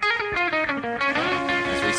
As we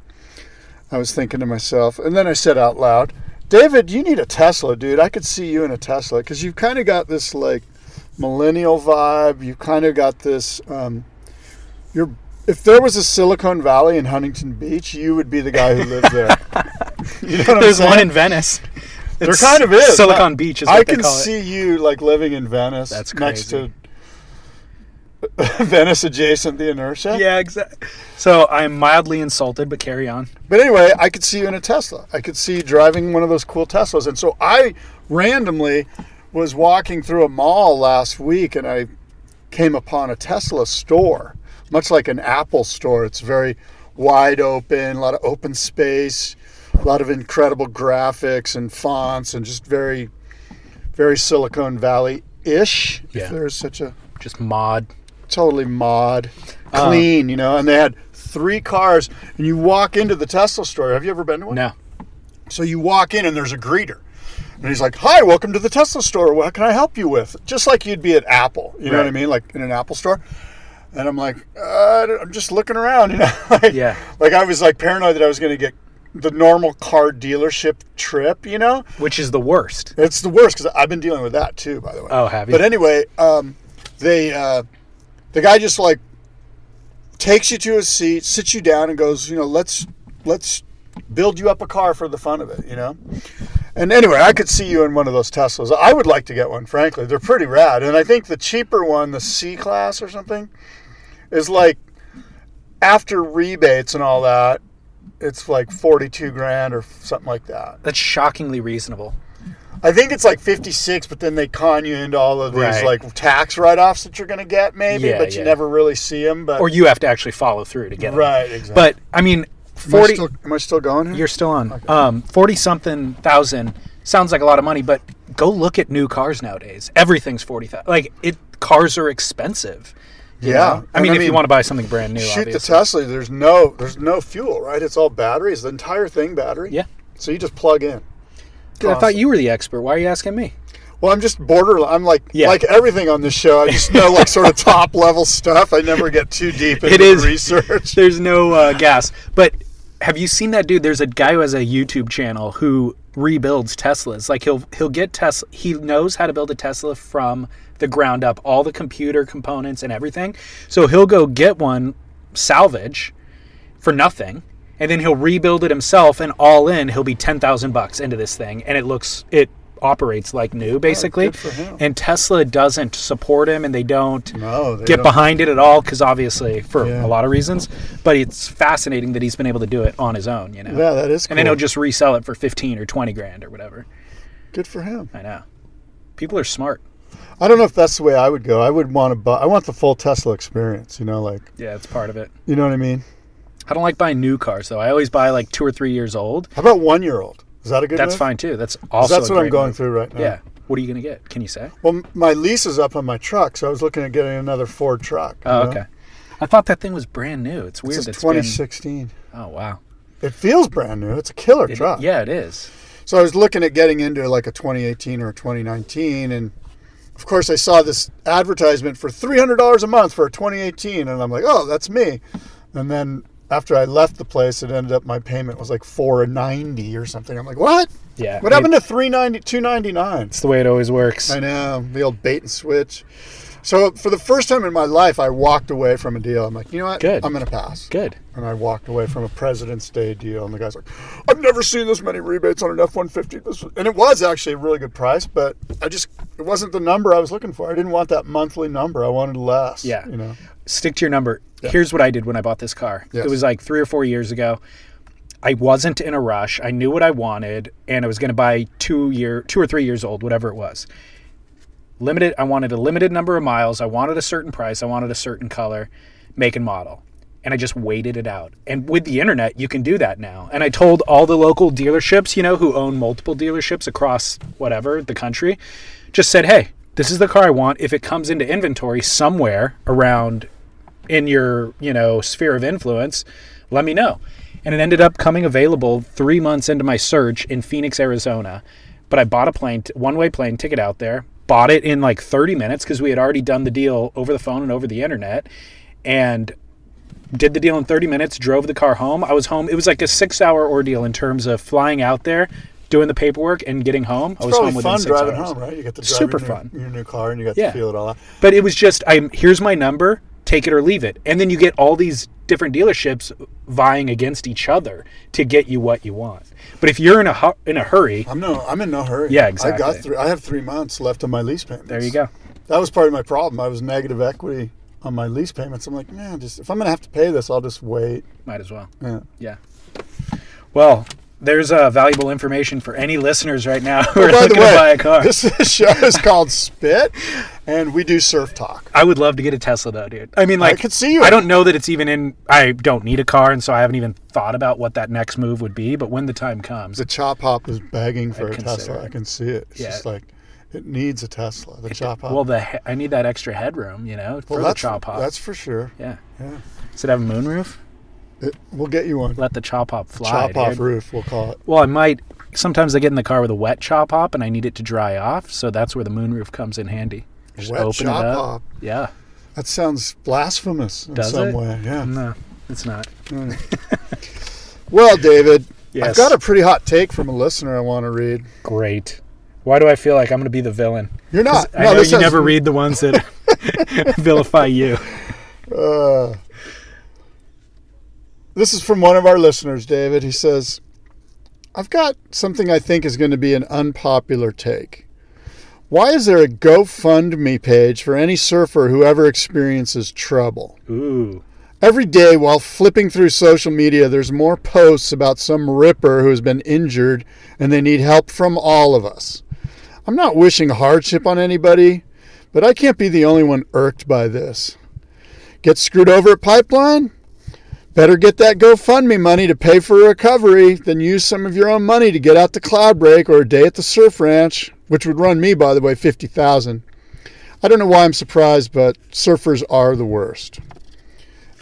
I was thinking to myself, and then I said out loud, David, you need a Tesla, dude. I could see you in a Tesla because you've kind of got this like millennial vibe. You've kind of got this, um, you're, if there was a Silicon Valley in Huntington Beach, you would be the guy who lived there. you know There's saying? one in Venice. There it's kind of is. Silicon I, Beach is I can see you like living in Venice. That's crazy. Next to Venice adjacent the inertia. Yeah, exactly. So I'm mildly insulted, but carry on. But anyway, I could see you in a Tesla. I could see you driving one of those cool Teslas. And so I randomly was walking through a mall last week and I came upon a Tesla store, much like an Apple store. It's very wide open, a lot of open space, a lot of incredible graphics and fonts, and just very, very Silicon Valley ish, yeah. if there's such a. Just mod Uh, totally mod, clean, um, you know. And they had three cars, and you walk into the Tesla store. Have you ever been to one? No. So you walk in, and there's a greeter, and he's like, "Hi, welcome to the Tesla store. What can I help you with?" Just like you'd be at Apple, you right. know what I mean, like in an Apple store. And I'm like, uh, I'm just looking around, you know. like, yeah. Like I was like paranoid that I was going to get the normal car dealership trip, you know, which is the worst. It's the worst because I've been dealing with that too, by the way. Oh, have you? But anyway, um, they. Uh, the guy just like takes you to a seat sits you down and goes you know let's let's build you up a car for the fun of it you know and anyway i could see you in one of those teslas i would like to get one frankly they're pretty rad and i think the cheaper one the c class or something is like after rebates and all that it's like 42 grand or something like that that's shockingly reasonable I think it's like 56, but then they con you into all of these right. like tax write-offs that you're going to get, maybe, yeah, but you yeah. never really see them. But or you have to actually follow through to get right. Them. Exactly. But I mean, forty. Am I still, am I still going? Here? You're still on. Okay. Um, forty something thousand sounds like a lot of money, but go look at new cars nowadays. Everything's forty thousand. Like it, cars are expensive. Yeah, I mean, I mean, if you want to buy something brand new, shoot obviously. the Tesla. There's no, there's no fuel, right? It's all batteries. The entire thing battery. Yeah. So you just plug in. Dude, awesome. I thought you were the expert. Why are you asking me? Well, I'm just borderline. I'm like yeah. like everything on this show. I just know like sort of top level stuff. I never get too deep into it is, research. There's no uh, gas. But have you seen that dude? There's a guy who has a YouTube channel who rebuilds Teslas. Like he'll he'll get Tesla. He knows how to build a Tesla from the ground up, all the computer components and everything. So he'll go get one salvage for nothing and then he'll rebuild it himself and all in he'll be 10,000 bucks into this thing and it looks it operates like new basically oh, and Tesla doesn't support him and they don't no, they get don't. behind it at all cuz obviously for yeah. a lot of reasons but it's fascinating that he's been able to do it on his own you know yeah that is cool. and then he'll just resell it for 15 or 20 grand or whatever Good for him. I know. People are smart. I don't know if that's the way I would go. I would want to buy. I want the full Tesla experience. You know, like Yeah, it's part of it. you know what I mean. I don't like buying new cars though. I always buy like two or three years old. How about one year old? Is that a good? That's move? fine too. That's 'Cause also That's a what I'm great going move. through right now. Yeah. What are you gonna get? Can you say? Well, m- my lease is up on my truck, so I was looking at getting another Ford truck. you Oh, know? okay. I thought that thing was brand new. It's weird. It's a that been- 2016. Oh wow. It feels brand new. It's a killer It- truck. yeah, it is. So I was looking at getting into like a 2018 or a 2019, and of course I saw this advertisement for $300 a month for a 2018, and I'm like, oh, that's me. And then after I left the place, it ended up my payment was like 490 or something. I'm like, what? Yeah. What happened to 390, 299? It's the way it always works. I know the old bait and switch. So for the first time in my life, I walked away from a deal. I'm like, you know what? Good. I'm gonna pass. Good. And I walked away from a President's Day deal, and the guy's like, "I've never seen this many rebates on an F-150." This was, and it was actually a really good price, but I just it wasn't the number I was looking for. I didn't want that monthly number. I wanted less. Yeah. You know. stick to your number. Here's what I did when I bought this car. Yes. It was like three or four years ago. I wasn't in a rush. I knew what I wanted, and I was going to buy two year, two or three years old, whatever it was. Limited. I wanted a limited number of miles. I wanted a certain price. I wanted a certain color, make and model, and I just waited it out. And with the internet, you can do that now. And I told all the local dealerships, you know, who own multiple dealerships across whatever the country, just said, "Hey, this is the car I want. If it comes into inventory somewhere around in your you know sphere of influence let me know and it ended up coming available three months into my search in phoenix arizona but i bought a plane one way plane ticket out there bought it in like 30 minutes because we had already done the deal over the phone and over the internet and did the deal in 30 minutes drove the car home i was home it was like a six hour ordeal in terms of flying out there doing the paperwork and getting home i was home Probably within fun six driving hours home, right? You get to drive Super your, fun. New, your new car, and you got Yeah. to feel it all out. but it was just I'm here's my number, take it or leave it. And then you get all these different dealerships vying against each other to get you what you want. But if you're in a hu- in a hurry, I'm no, I'm in no hurry. Yeah, I got exactly. three. I have three months left on my lease payments. there you go. that was part of my problem. I was negative equity on my lease payments. I'm like, man, just if I'm gonna have to pay this, I'll just wait. Might as well. Yeah. Yeah. Well, there's uh, valuable information for any listeners right now who are Oh, By the looking to buy way, a car. this show is called Spit, and we do surf talk. I would love to get a Tesla though, dude. I mean, like, could see you- I don't know that it's even in. I don't need a car, and so I haven't even thought about what that next move would be. But when the time comes, The Chop Hop is begging for I'd a consider Tesla. it. I can see it. It's Yeah. just like it needs a Tesla. The Chop Hop. well, the he- I need that extra headroom, you know, for the that's chop hop. that's for sure. Yeah. Yeah. Does it have a moonroof? It, we'll get you one. Let the chop hop fly. Chop Hop dude. roof, we'll call it. Well, I might. Sometimes I get in the car with a wet chop hop and I need it to dry off, so that's where the moonroof comes in handy. Just Wet open Chop it up. Hop. Yeah. That sounds blasphemous in Does some it? way. Yeah. No, it's not. Well, David, I've Yes. got a pretty hot take from a listener I want to read. Great. Why do I feel like I'm going to be the villain? You're not. I No, know this you has- never read the ones that vilify you. This is from one of our listeners, David. He says, I've got something I think is going to be an unpopular take. Why is there a GoFundMe page for any surfer who ever experiences trouble? Ooh. Every day while flipping through social media, there's more posts about some ripper who has been injured and they need help from all of us. I'm not wishing hardship on anybody, but I can't be the only one irked by this. Get screwed over at Pipeline? Better get that GoFundMe money to pay for recovery than use some of your own money to get out to Cloud Break or a day at the Surf Ranch, which would run me, by the way, 50000 I don't know why I'm surprised, but surfers are the worst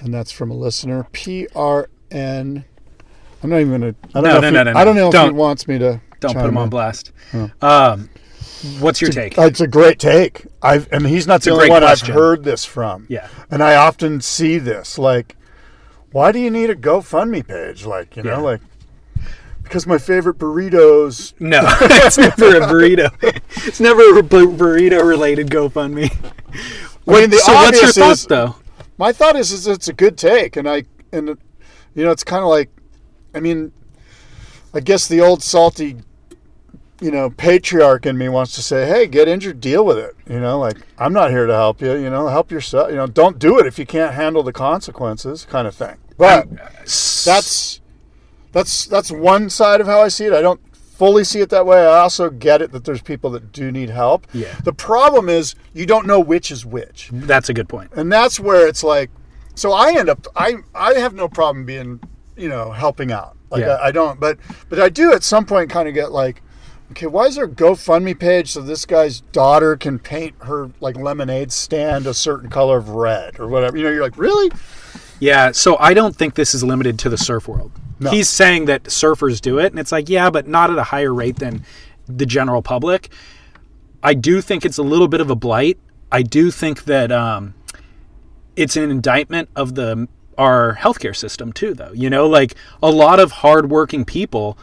and that's from a listener. P R N. I'm not even gonna. I don't No, know no, if no, he, no, no. I don't know if Don't. he wants me to. Don't chime put him on in. blast. Um, what's your take? Uh, It's a great take. I've and he's not the a only great one question. I've heard this from. Yeah. and I often see this. Like, why do you need a GoFundMe page? Like, you Yeah. know, like because my favorite burritos. No, it's never a burrito. It's never a bu- burrito related GoFundMe. I mean, the so what's your obvious thought is- though? my thought is, is it's a good take, and I and it- you know it's kind of like, I mean, I guess the old salty, you know, patriarch in me wants to say, hey, get injured, deal with it. You know, like I'm not here to help you. You know, help yourself. You know, don't do it if you can't handle the consequences, kind of thing. But that's that's that's one side of how I see it. I don't fully see it that way. I also get it that there's people that do need help. Yeah. The problem is you don't know which is which. That's a good point. And that's where it's like, so I end up, I, I have no problem being, you know, helping out. Like Yeah. I, I don't, but, but I do at some point kind of get like, okay, why is there a GoFundMe page so this guy's daughter can paint her like lemonade stand a certain color of red or whatever? You know, you're like, really? Yeah, so I don't think this is limited to the surf world. No. He's saying that surfers do it, and it's like, yeah, but not at a higher rate than the general public. I do think it's a little bit of a blight. I do think that um, it's an indictment of the our healthcare system too, though. You know, like a lot of hardworking people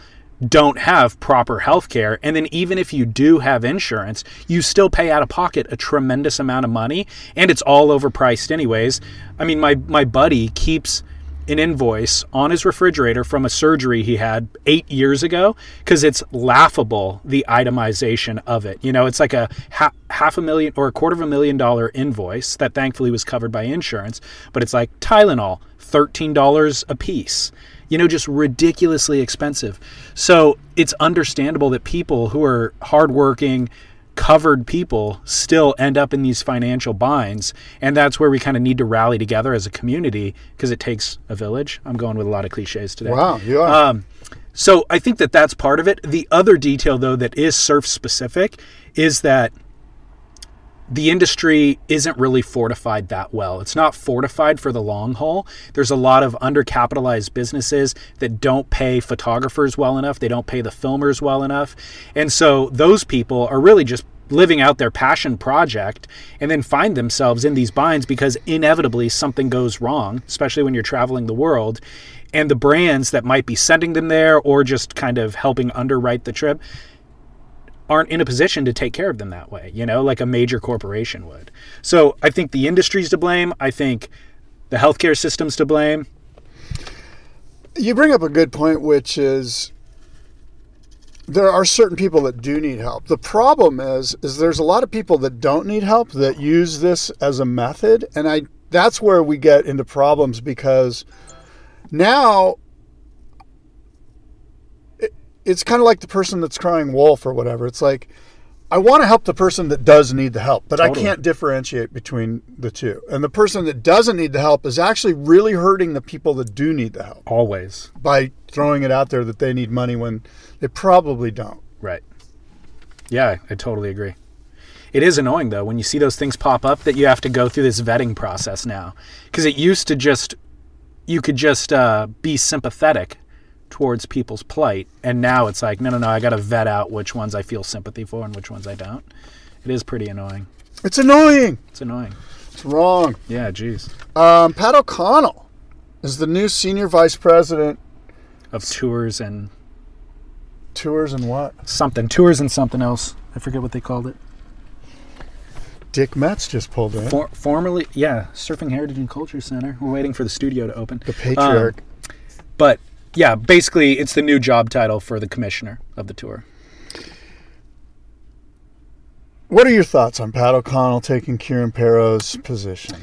don't have proper healthcare, and then even if you do have insurance, you still pay out of pocket a tremendous amount of money, and it's all overpriced anyways. I mean, my my buddy keeps an invoice on his refrigerator from a surgery he had eight years ago because it's laughable the itemization of it. You know, it's like a ha- half a million or a quarter of a million dollar invoice that thankfully was covered by insurance, but it's like Tylenol, $13 a piece. You know, just ridiculously expensive. So it's understandable that people who are hardworking, covered people still end up in these financial binds and that's where we kind of need to rally together as a community because it takes a village i'm going with a lot of cliches today Um, Wow. You are. so i think that that's part of it the other detail though that is surf specific is that the industry isn't really fortified that well. It's not fortified for the long haul. There's a lot of undercapitalized businesses that don't pay photographers well enough, they don't pay the filmers well enough. And so those people are really just living out their passion project and then find themselves in these binds because inevitably something goes wrong, especially when you're traveling the world. And the brands that might be sending them there or just kind of helping underwrite the trip aren't in a position to take care of them that way, you know, like a major corporation would. So I think the industry's to blame. I think the healthcare system's to blame. you bring up a good point, which is there are certain people that do need help. The problem is, is there's a lot of people that don't need help that use this as a method, and I that's where we get into problems because now it- it's kind of like the person that's crying wolf or whatever. It's like I want to help the person that does need the help, but I can't differentiate between the two. And the person that doesn't need the help is actually really hurting the people that do need the help Always. by throwing it out there that they need money when they probably don't. Right. Yeah, I totally agree. It is annoying though when you see those things pop up that you have to go through this vetting process now. Because it used to just, you could just uh, be sympathetic towards people's plight. And now it's like, no, no, no, I got to vet out which ones I feel sympathy for and which ones I don't. It is pretty annoying. It's annoying. It's annoying. It's wrong. Yeah, geez. Um, Pat O'Connell is the new senior vice president. of tours and Tours and what? something tours and something else i forget what they called it Dick Metz just pulled in. For, formerly yeah surfing heritage and culture center we're waiting for the studio to open Um, The patriarch. but yeah basically it's the new job title for the commissioner of the tour what are your thoughts on Pat O'Connell taking Kieran Perro's position?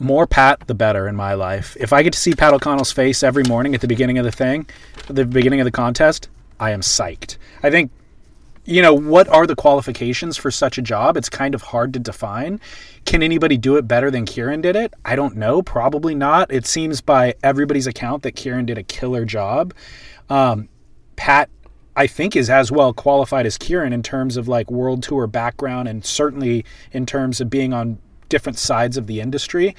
more pat the better in my life if i get to see pat o'connell's face every morning at the beginning of the thing at the beginning of the contest i am psyched i think you know, what are the qualifications for such a job? It's kind of hard to define. Can anybody do it better than Kieran did it? I don't know. Probably not. It seems by everybody's account that Kieran did a killer job. Um, Pat, I think, is as well qualified as Kieran in terms of like world tour background and certainly in terms of being on different sides of the industry.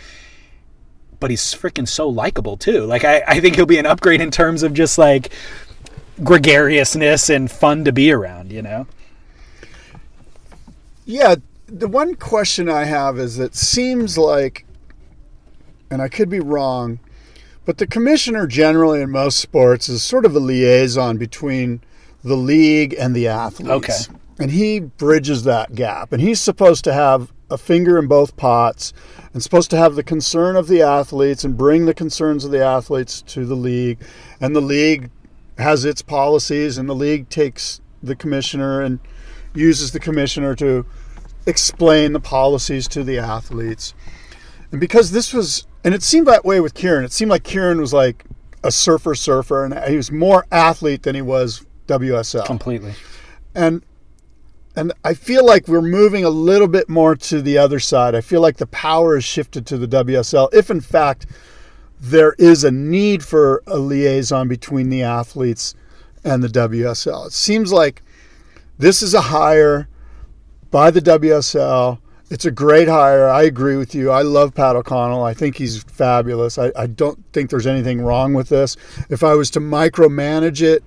But he's freaking so likable too. Like, I, I think he'll be an upgrade in terms of just like gregariousness and fun to be around, you know? Yeah, the one question I have is it seems like, and I could be wrong, but the commissioner generally in most sports is sort of a liaison between the league and the athletes. Okay. And he bridges that gap. And he's supposed to have a finger in both pots and supposed to have the concern of the athletes and bring the concerns of the athletes to the league. And the league has its policies, and the league takes the commissioner and uses the commissioner to explain the policies to the athletes. And because this was, and it seemed that way with Kieran, it seemed like Kieran was like a surfer, surfer, and he was more athlete than he was WSL. completely. and and I feel like we're moving a little bit more to the other side. I feel like the power is shifted to the WSL. If in fact there is a need for a liaison between the athletes and the WSL, it seems like this is a hire by the WSL. It's a great hire. I agree with you. I love Pat O'Connell. I think he's fabulous. I, I don't think there's anything wrong with this. If I was to micromanage it,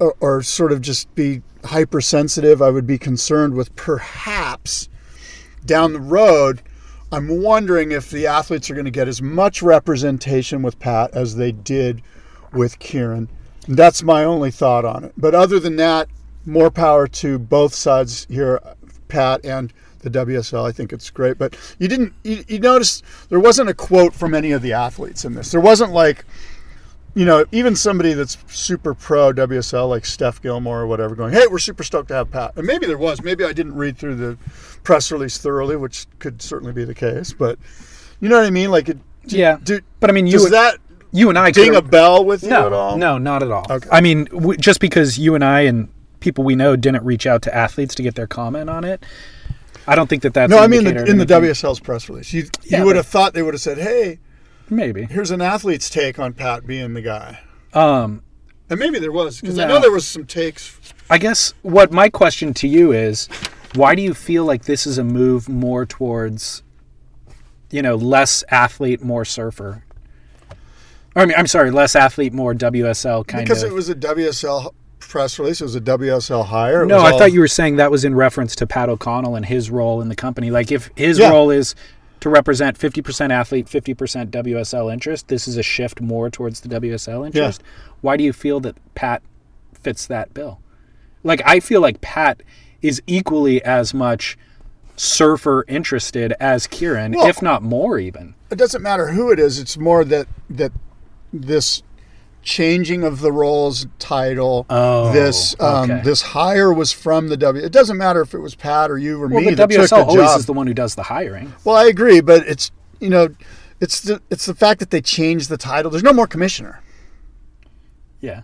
or, or sort of just be hypersensitive, I would be concerned with perhaps down the road. I'm wondering if the athletes are going to get as much representation with Pat as they did with Kieran. That's my only thought on it. But other than that, more power to both sides here, Pat and the WSL. I think it's great. But you didn't, you, you noticed there wasn't a quote from any of the athletes in this. There wasn't like, you know, even somebody that's super pro WSL, like Steph Gilmore or whatever, going, hey, we're super stoked to have Pat. And maybe there was. Maybe I didn't read through the press release thoroughly, which could certainly be the case. But you know what I mean? Like, it, do- Yeah. do- But I mean, you does would- that You and I ding could- a bell with you No, at all? no, not at all. Okay. I mean, w- just because you and I and people we know didn't reach out to athletes to get their comment on it, I don't think that that's No, an I mean indicator the, of in the anything. WSL's press release. You, Yeah, you would but- have thought they would have said, hey, Maybe here's an athlete's take on Pat being the guy. Um, And maybe there was, because I No. know there was some takes. I guess what my question to you is, why do you feel like this is a move more towards, you know, less athlete, more surfer? Or, I mean, I'm sorry, less athlete, more WSL kind Because of. it was a WSL press release. It was a WSL hire. It no, was I all- thought you were saying that was in reference to Pat O'Connell and his role in the company. Like, if his Yeah. role is to represent 50% athlete, 50% WSL interest, this is a shift more towards the WSL interest. Why do you feel that Pat fits that bill? Like, I feel like Pat is equally as much surfer interested as Kieran, Well- if not more, even. it doesn't matter who it is. It's more that that this changing of the roles title Oh, this um, okay. this hire was from the w it doesn't matter if it was pat or you or Well, me the that took WSL the always job. is the one who does the hiring. well i agree but it's you know it's the it's the fact that they changed the title there's no more commissioner Yeah.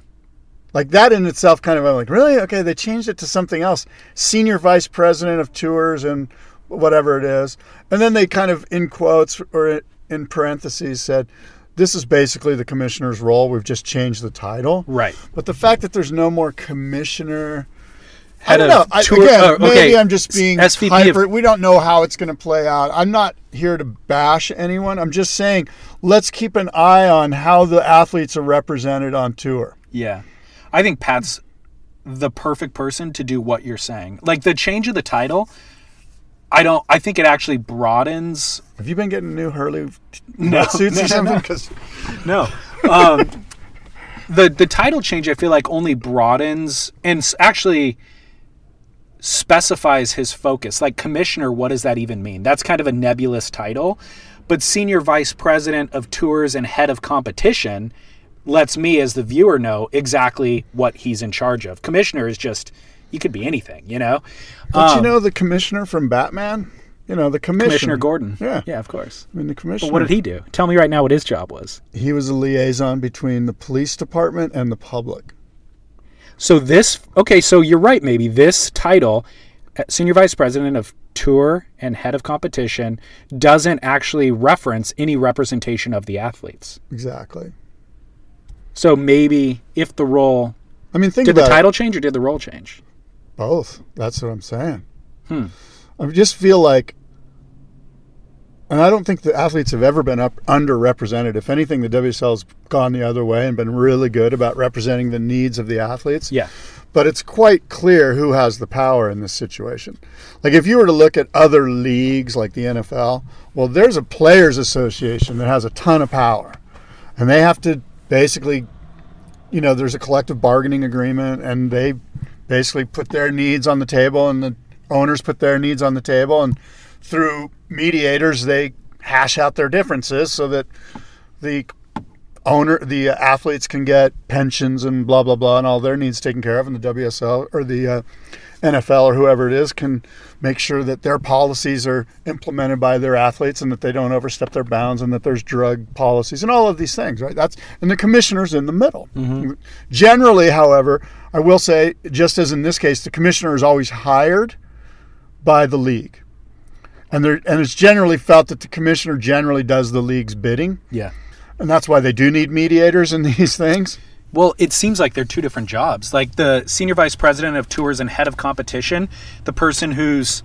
like that in itself kind of I'm like really okay they changed it to something else senior vice president of tours and whatever it is and then they kind of in quotes or in parentheses said this is basically the commissioner's role we've just changed the title Right. but the fact that there's no more commissioner Head I don't of know. I, tour- again, oh, okay. maybe I'm just being SVP of- hyper. we don't know how it's going to play out. I'm not here to bash anyone. I'm just saying let's keep an eye on how the athletes are represented on tour. Yeah. I think Pat's the perfect person to do what you're saying. Like the change of the title, I don't I think it actually broadens Have you been getting new Hurley No, suits no, or something? no. 'Cause- No. Um the the title change I feel like only broadens and s- actually specifies his focus. Like commissioner, what does that even mean? That's kind of a nebulous title. But senior vice president of tours and head of competition lets me as the viewer know exactly what he's in charge of. Commissioner is just you could be anything, you know. but you know the commissioner from Batman? You know the commissioner. Um, Commissioner Gordon. Yeah. Yeah, of course. I mean the commissioner. But what did he do? Tell me right now what his job was. He was a liaison between the police department and the public. So this okay, so you're right maybe this title uh, senior vice president of tour and head of competition doesn't actually reference any representation of the athletes. Exactly. So maybe if the role I mean, think did the about it. title change or did the role change? Both. That's what I'm saying. I just feel like, and I don't think the athletes have ever been up underrepresented. If anything, the WSL has gone the other way and been really good about representing the needs of the athletes. Yeah. But it's quite clear who has the power in this situation. Like, if you were to look at other leagues like the NFL, well, there's a players' association that has a ton of power, and they have to basically, you know, there's a collective bargaining agreement, and they basically put their needs on the table, and the owners put their needs on the table, and through mediators, they hash out their differences so that the owner the athletes can get pensions and blah blah blah and all their needs taken care of and the WSL or the uh, NFL or whoever it is can make sure that their policies are implemented by their athletes and that they don't overstep their bounds and that there's drug policies and all of these things, right? That's and the commissioner's in the middle. Generally, however, I will say, just as in this case, the commissioner is always hired by the league. And, there, and it's generally felt that the commissioner generally does the league's bidding, Yeah. and that's why they do need mediators in these things. Well, it seems like they're two different jobs. Like the senior vice president of tours and head of competition, the person who's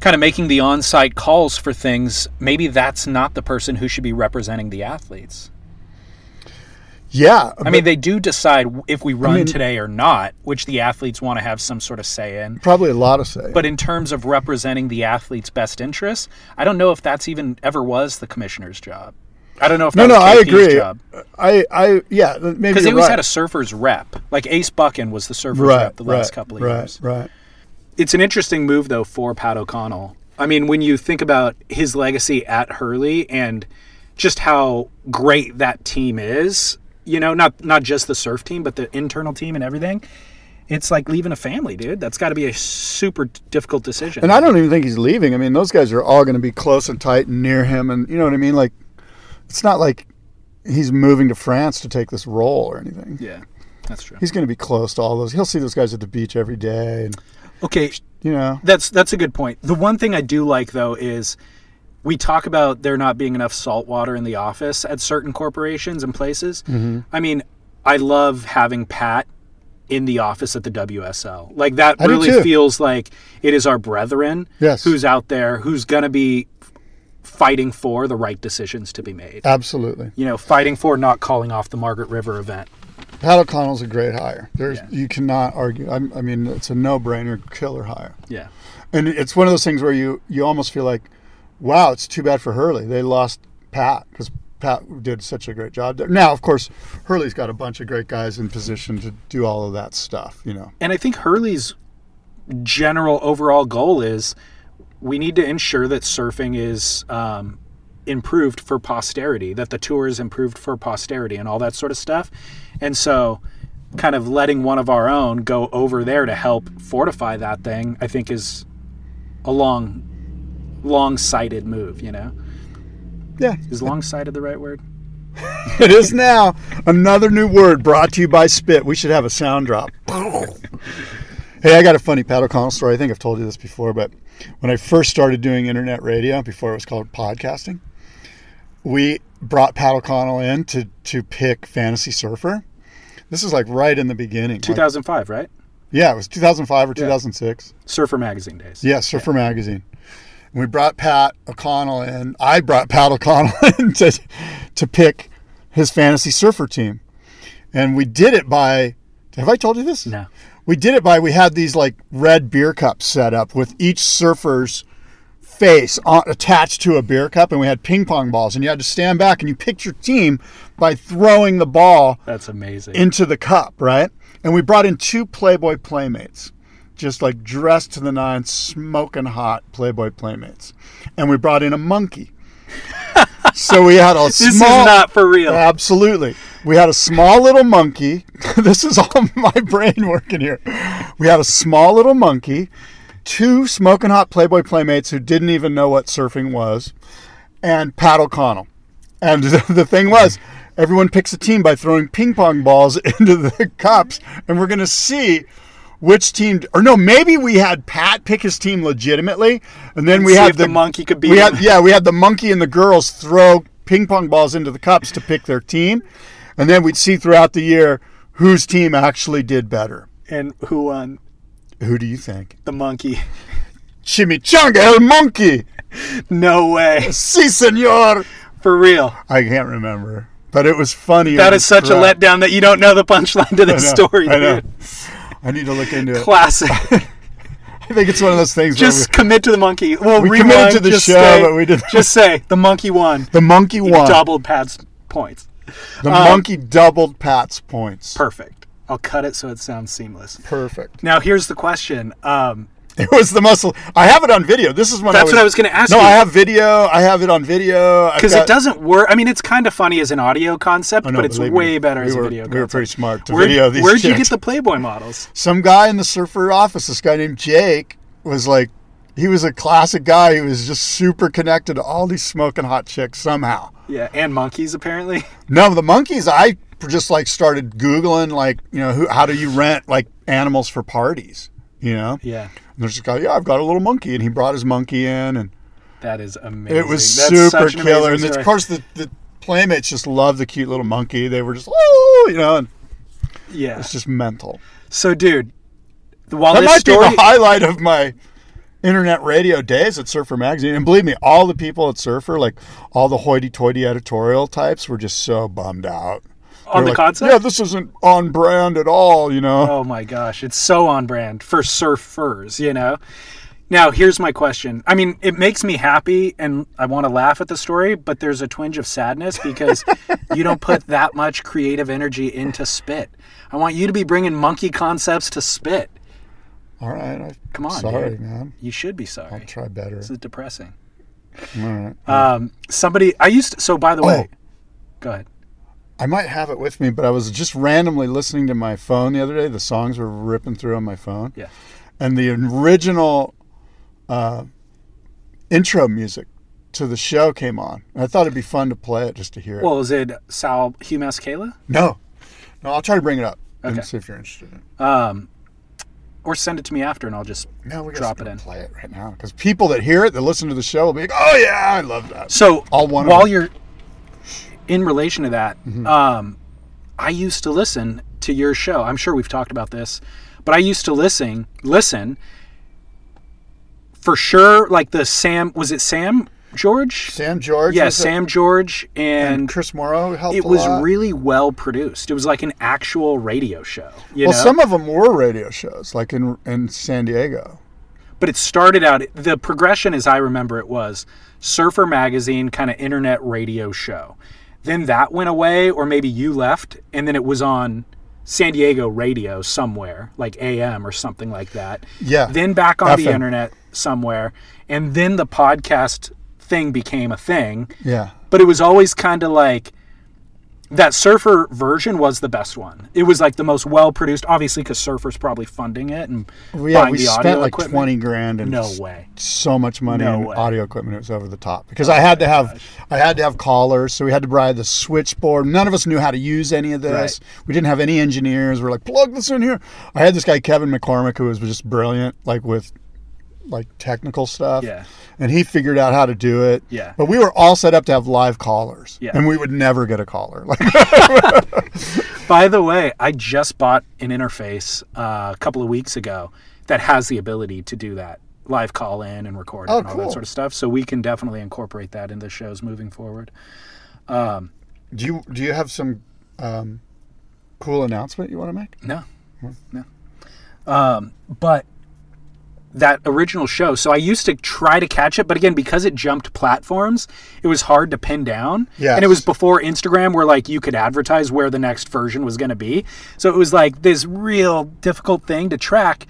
kind of making the on site calls for things, maybe that's not the person who should be representing the athletes. Yeah, I mean, they do decide if we run today or not, which the athletes want to have some sort of say in. probably a lot of say. But in terms of representing the athlete's best interests, I don't know if that's even ever was the commissioner's job. I don't know if no, that no, was I KP's agree. job. I, I, yeah, maybe because they you're always right. had a surfer's rep. Like Ace Buchan was the surfer's right, rep the last right, couple of right, years. Right, It's an interesting move though for Pat O'Connell. I mean, when you think about his legacy at Hurley and just how great that team is, you know, not not just the surf team, but the internal team and everything. It's like leaving a family, dude. That's got to be a super difficult decision. And I don't even think he's leaving. I mean, those guys are all going to be close and tight and near him, and you know what I mean. Like, it's not like he's moving to France to take this role or anything. Yeah, that's true. He's going to be close to all those. He'll see those guys at the beach every day, and Okay, you know, That's that's a good point. The one thing I do like though is we talk about there not being enough salt water in the office at certain corporations and places. Mm-hmm. I mean, I love having Pat in the office at the WSL. Like that do really too. feels like it is our brethren Yes. who's out there who's going to be fighting for the right decisions to be made. Uh, absolutely. You know, fighting for not calling off the Margaret River event. Pat O'Connell's a great hire. There's you cannot argue. I'm, I mean, it's a no-brainer, killer hire. Yeah. and it's one of those things where you you almost feel like, wow, it's too bad for Hurley. They lost Pat because Pat did such a great job there. Now, of course, Hurley's got a bunch of great guys in position to do all of that stuff. You know, And I think Hurley's general overall goal is we need to ensure that surfing is um, improved for posterity, that the tour is improved for posterity, and all that sort of stuff. And so, kind of letting one of our own go over there to help fortify that thing, I think is a long, long sighted move, you know? yeah, Is long sighted the right word? it is now another new word brought to you by Spit. We should have a sound drop. hey, I got a funny Pat O'Connell story. I think I've told you this before, but when I first started doing internet radio, before it was called podcasting, we brought Pat O'Connell in to to pick Fantasy Surfer. This is like right in the beginning. Like- 2005, right? yeah, it was 2005 or 2006. Surfer Magazine days. Yeah, Surfer Magazine. And we brought Pat O'Connell in. I brought Pat O'Connell in to, to pick his fantasy surfer team. And we did it by, have I told you this? No. We did it by, we had these like red beer cups set up with each surfer's face on, attached to a beer cup. And we had ping pong balls. And you had to stand back and you picked your team by throwing the ball That's amazing. into the cup, right? And we brought in two Playboy Playmates, just like dressed to the nines, smoking hot Playboy Playmates. And we brought in a monkey. so we had a this is small. not for real. Absolutely. We had a small little monkey. this is all my brain working here. We had a small little monkey, two smoking hot Playboy Playmates who didn't even know what surfing was, and Pat O'Connell. And the, the thing was, everyone picks a team by throwing ping pong balls into the cups, and we're going to see which team, or no, maybe we had Pat pick his team legitimately, and then we See had if the monkey could beat we had- him. yeah, we had the monkey and the girls throw ping pong balls into the cups to pick their team, and then we'd see throughout the year whose team actually did better. and who won? Who do you think? The monkey. Chimichanga el monkey. No way. Si, senor. For real. I can't remember, but it was funny. That as is such a crap. letdown that you don't know the punchline to I this know, story, I know. dude. I need to look into it. Classic. I think it's one of those things. where just commit to the monkey. Well, We rewind, committed to the just show, say- but we didn't- Just say the monkey won. we, the monkey won. Doubled Pat's points. the uh, monkey doubled Pat's points. Perfect. I'll cut it so it sounds seamless. Perfect. Now here's the question. Um, It was the muscle. I have it on video. This is when That's I was, what I was gonna ask No, you. I have video. I have it on video. I've Because got- it doesn't work. I mean, it's kind of funny as an audio concept, I know, but it's believe way me, better we as were- a video. we were concept. pretty smart to Where'd- video these Where'd you kids. get the Playboy models? some guy in the surfer office, this guy named Jake, was like, he was a classic guy. He was just super connected to all these smoking hot chicks somehow. Yeah, and monkeys apparently. No, the monkeys, I just like started Googling, like, you know, who, how do you rent like animals for parties? You know? Yeah, And there's this guy, yeah, I've got a little monkey. And he brought his monkey in and that is amazing. it was That's super such an amazing killer. And of story. course, the, the playmates just loved the cute little monkey. They were just, oh, you know, and yeah. it's just mental. So, dude, while That this might story, be the highlight of my internet radio days at Surfer Magazine. And believe me, all the people at Surfer, like all the hoity-toity editorial types, were just so bummed out On They're the concept? Yeah, this isn't on brand at all. You know, oh my gosh, it's so on brand for surfers, you know. Now, here's my question. I mean, it makes me happy and I want to laugh at the story, but there's a twinge of sadness because you don't put that much creative energy into Spit. I want you to be bringing monkey concepts to Spit. all right, I, Come on, sorry, dude. man. You should be sorry. I'll try better. This is depressing. Um, somebody, I used to, so by the way, go ahead. Oh, I might have it with me, but I was just randomly listening to my phone the other day. The songs were ripping through on my phone. Yeah. and the original uh, intro music to the show came on. And I thought it'd be fun to play it just to hear it. Well, is it Sal Humas Kayla? no, no, I'll try to bring it up and Okay. see if you're interested. in it. Or send it to me after and I'll just No, we drop just it in. play it right now because people that hear it that listen to the show will be like, "Oh yeah, I love that." So All one of while them. Mm-hmm. you're in relation to that, um, I used to listen to your show. I'm sure we've talked about this, but I used to listen listen for sure. Like the Sam was it Sam George? Sam George, yeah, was it? Sam George and. and Chris Morrow helped. it a was lot. really well produced. It was like an actual radio show, you well. know? Some of them were radio shows, like in in San Diego. but it started out the progression as i remember it was surfer magazine kind of internet radio show then that went away or maybe you left and then it was on san diego radio somewhere like am or something like that Yeah. then back on the FM. internet somewhere and then the podcast thing became a thing Yeah, but it was always kind of like that surfer version was the best one. It was like the most well produced, obviously, because surfer's probably funding it and Well, yeah. buying We the audio spent like equipment. twenty grand and No way. so much money No in way. Oh audio equipment. It was over the top because I had to have I had to have callers, so we had to buy the switchboard. None of us knew how to use any of this. We didn't have any engineers. We're like, plug this in here. I had this guy Kevin McCormick who was just brilliant, like with like technical stuff. Yeah. And he figured out how to do it. Yeah. But we were all set up to have live callers. Yeah. And we would never get a caller. Like By the way, I just bought an interface uh, a couple of weeks ago that has the ability to do that live call in and record it Oh, and all cool. that sort of stuff. So we can definitely incorporate that into shows moving forward. do you do you have some um, cool announcement you want to make? No, Hmm. no. Um, but that original show, so I used to try to catch it, but again, because it jumped platforms, it was hard to pin down. Yes. And it was before Instagram, where like you could advertise where the next version was going to be. So it was like this real difficult thing to track.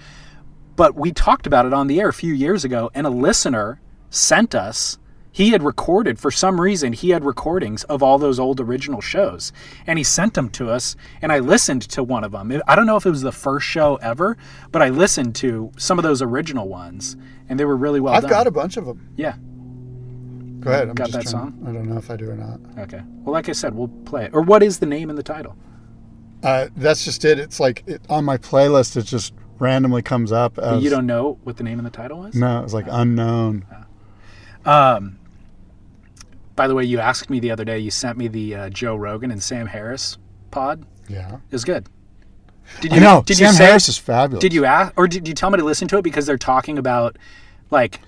But we talked about it on the air a few years ago, and a listener sent us. He had recorded, for some reason, he had recordings of all those old original shows, and he sent them to us. And I listened to one of them. I don't know if it was the first show ever, but I listened to some of those original ones, and they were really well I've done. got a bunch of them. Yeah. Go ahead. I'm Got just that trying- I don't know if I do or not. Okay. Well, like I said, we'll play it. Or what is the name and the title? Uh, that's just it. It's like it, on my playlist, it just randomly comes up as You don't Ah. know what the name and the title was? no. It's like unknown. By the way, you asked me the other day. You sent me the uh, Joe Rogan and Sam Harris pod. Yeah, It was good. Did I know. Did Sam you say, Harris is fabulous. Did you ask, or did you tell me to listen to it because they're talking about like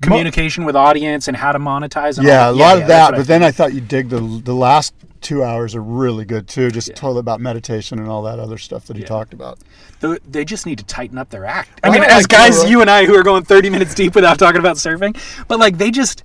communication with audience and how to monetize? And Yeah, a all lot of that's that. what But then I thought you dig the the last two hours are really good too. Just totally about meditation and all that other stuff that he talked about. Th- they just need to tighten up their act. Well, I I mean, don't as like guys, Joe you and I who are going 30 minutes deep without talking about surfing, but like they just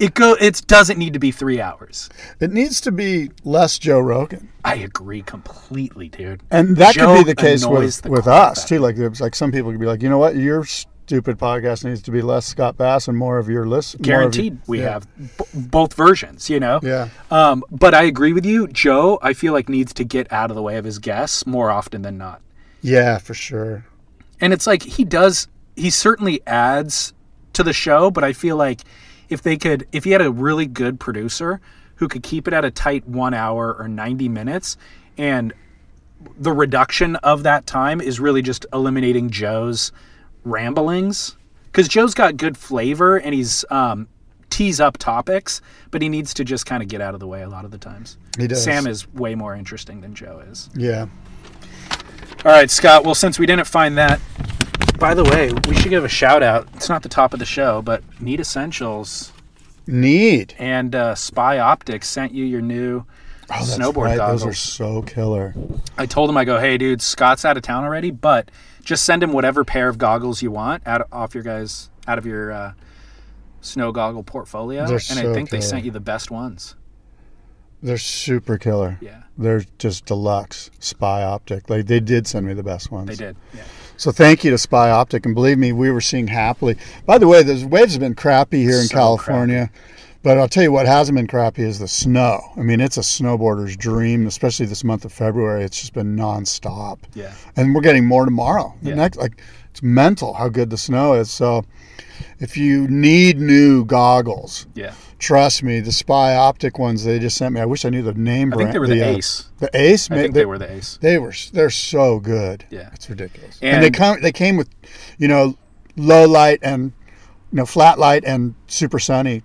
it go it doesn't need to be three hours. It needs to be less Joe Rogan, I agree completely, dude. and that could Joe be the case annoys with the with crap us out too. Like it's like some people could be like, you know what, your s- stupid podcast needs to be less Scott Bass and more of your list. more of your- guaranteed we yeah. have b- both versions you know Yeah. um, but i agree with you joe i feel like needs to get out of the way of his guests more often than not Yeah, for sure. and it's like he does he certainly adds to the show but i feel like if they could if he had a really good producer who could keep it at a tight one hour or 90 minutes and the reduction of that time is really just eliminating joe's ramblings because joe's got good flavor and he's um tees up topics but he needs to just kind of get out of the way a lot of the times He does. sam is way more interesting than joe is Yeah. all right, Scott. Well, since we didn't find that, by the way, we should give a shout out. It's not the top of the show, but Neat Essentials Neat. and uh, Spy Optics sent you your new Oh, that's snowboard right. goggles. Those are so killer. I told him, I go, hey, dude, Scott's out of town already, but just send him whatever pair of goggles you want out off your guys out of your uh, snow goggle portfolio, They're and I so think they killer. sent you the best ones. They're super killer. Yeah. They're just deluxe spy optic. Like they did send me the best ones. They did. Yeah. So thank you to Spy Optic, and believe me, we were seeing happily. By the way, the waves have been crappy here in So California, but I'll tell you what hasn't been crappy is the snow. I mean, it's a snowboarder's dream, especially this month of February. It's just been nonstop. Yeah. and we're getting more tomorrow. The Yeah. next, like, it's mental how good the snow is. So, if you need new goggles, Yeah. trust me, the Spy Optic ones they just sent me. I wish I knew the name. I think brand- they were the, uh, Ace. the Ace. I ma- think they were the Ace. they were they're so good. Yeah. it's ridiculous. And, they And- come they came with, you know, low light and you know flat light and super sunny,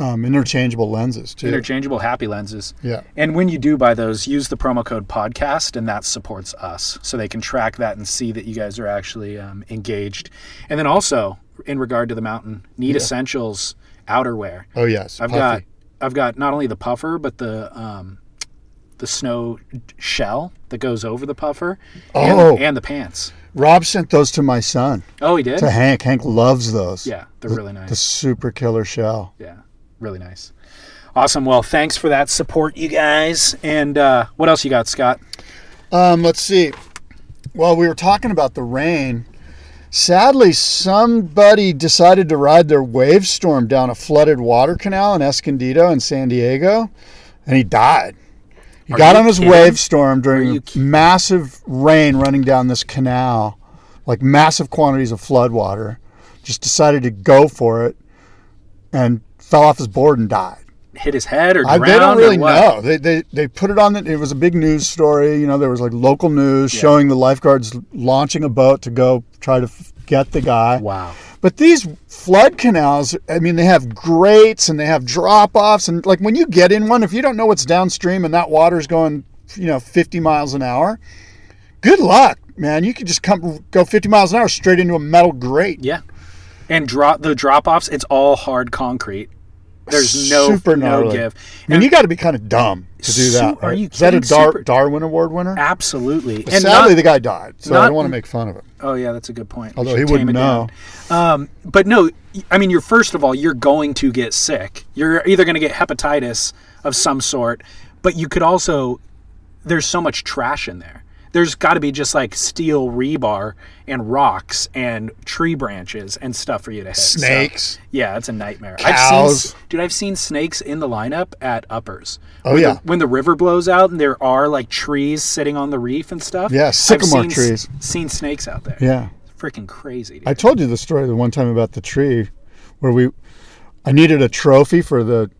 um, interchangeable lenses too. Interchangeable happy lenses. Yeah. And when you do buy those, use the promo code podcast, and that supports us. So they can track that and see that you guys are actually um, engaged. And then also, in regard to the mountain, Need Essentials outerwear. oh yes, I've puffy. got I've got not only the puffer, but the um, the snow shell that goes over the puffer, and, Oh. and the pants. Rob sent those to my son Oh, he did. to Hank. Hank loves those. Yeah, they're really nice. the super killer shell. yeah really nice awesome well thanks for that support you guys and uh, what else you got scott Um, let's see. Well, we were talking about the rain. Sadly, somebody decided to ride their wave storm down a flooded water canal in Escondido in San Diego, and he died. He got you on his kidding? wave storm Are during you a massive rain running down this canal, like massive quantities of flood water. Just decided to go for it and fell off his board and died. hit his head or I, drowned they don't really or what? know. They, they they put it on. The, it was a big news story. You know, there was like local news showing the lifeguards launching a boat to go try to f- get the guy. Wow. But these flood canals, I mean, they have grates and they have drop offs. And like when you get in one, if you don't know what's downstream and that water's going, you know, 50 miles an hour, good luck, man. You could just come go 50 miles an hour straight into a metal grate. Yeah. And drop the drop offs, it's all hard concrete. There's no Super no gnarly. give. I mean, you got to be kind of dumb to do Su- that. are right? you Is that a kidding? Dar- Super- Darwin Award winner? Absolutely. But sadly, not- the guy died, so I not- don't want to make fun of him. Oh yeah, that's a good point. We Although should he tame wouldn't it know. down. Um, but no, I mean, you're first of all, you're going to get sick. You're either going to get hepatitis of some sort, but you could also there's so much trash in there. There's got to be just like steel rebar and rocks and tree branches and stuff for you to hit. So, Snakes. yeah, it's a nightmare. I've Cows. seen, dude, I've seen snakes in the lineup at uppers. Oh, when yeah. the, when the river blows out and there are like trees sitting on the reef and stuff. Yeah, I've sycamore seen s- trees. Seen snakes out there Yeah, freaking crazy. Dude. I told you the story the one time about the tree, where we, I needed a trophy for the,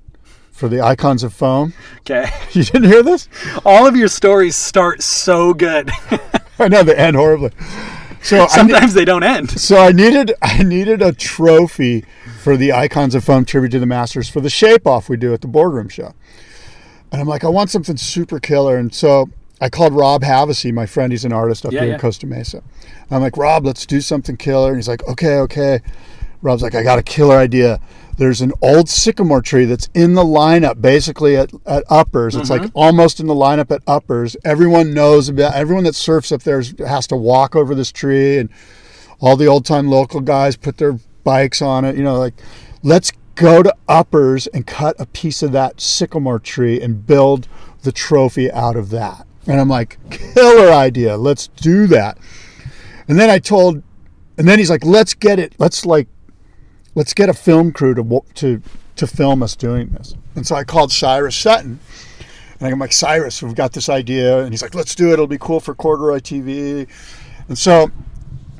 for the icons of foam. okay. You didn't hear this? All of your stories start so good. Oh, I know they end horribly. So I, ne- Sometimes they don't end. so I needed I needed a trophy for the icons of foam tribute to the masters for the shape off we do at the boardroom show. And I'm like, I want something super killer. And so I called Rob Havasey, my friend. He's an artist up Yeah, here yeah. in Costa Mesa. I'm like, Rob, let's do something killer. And he's like, okay, okay. Rob's like, I got a killer idea. There's an old sycamore tree that's in the lineup, basically at, at Uppers. It's Mm-hmm. like almost in the lineup at Uppers. Everyone knows about. Everyone that surfs up there has to walk over this tree, and all the old time local guys put their bikes on it. You know, like, let's go to Uppers and cut a piece of that sycamore tree and build the trophy out of that. And I'm like, killer idea. Let's do that. And then I told And then he's like, "Let's get it. Let's like, let's get a film crew to wa- to to film us doing this." And so I called Cyrus Sutton, and I'm like, "Cyrus, we've got this idea." And he's like, "Let's do it. It'll be cool for corduroy TV." And so,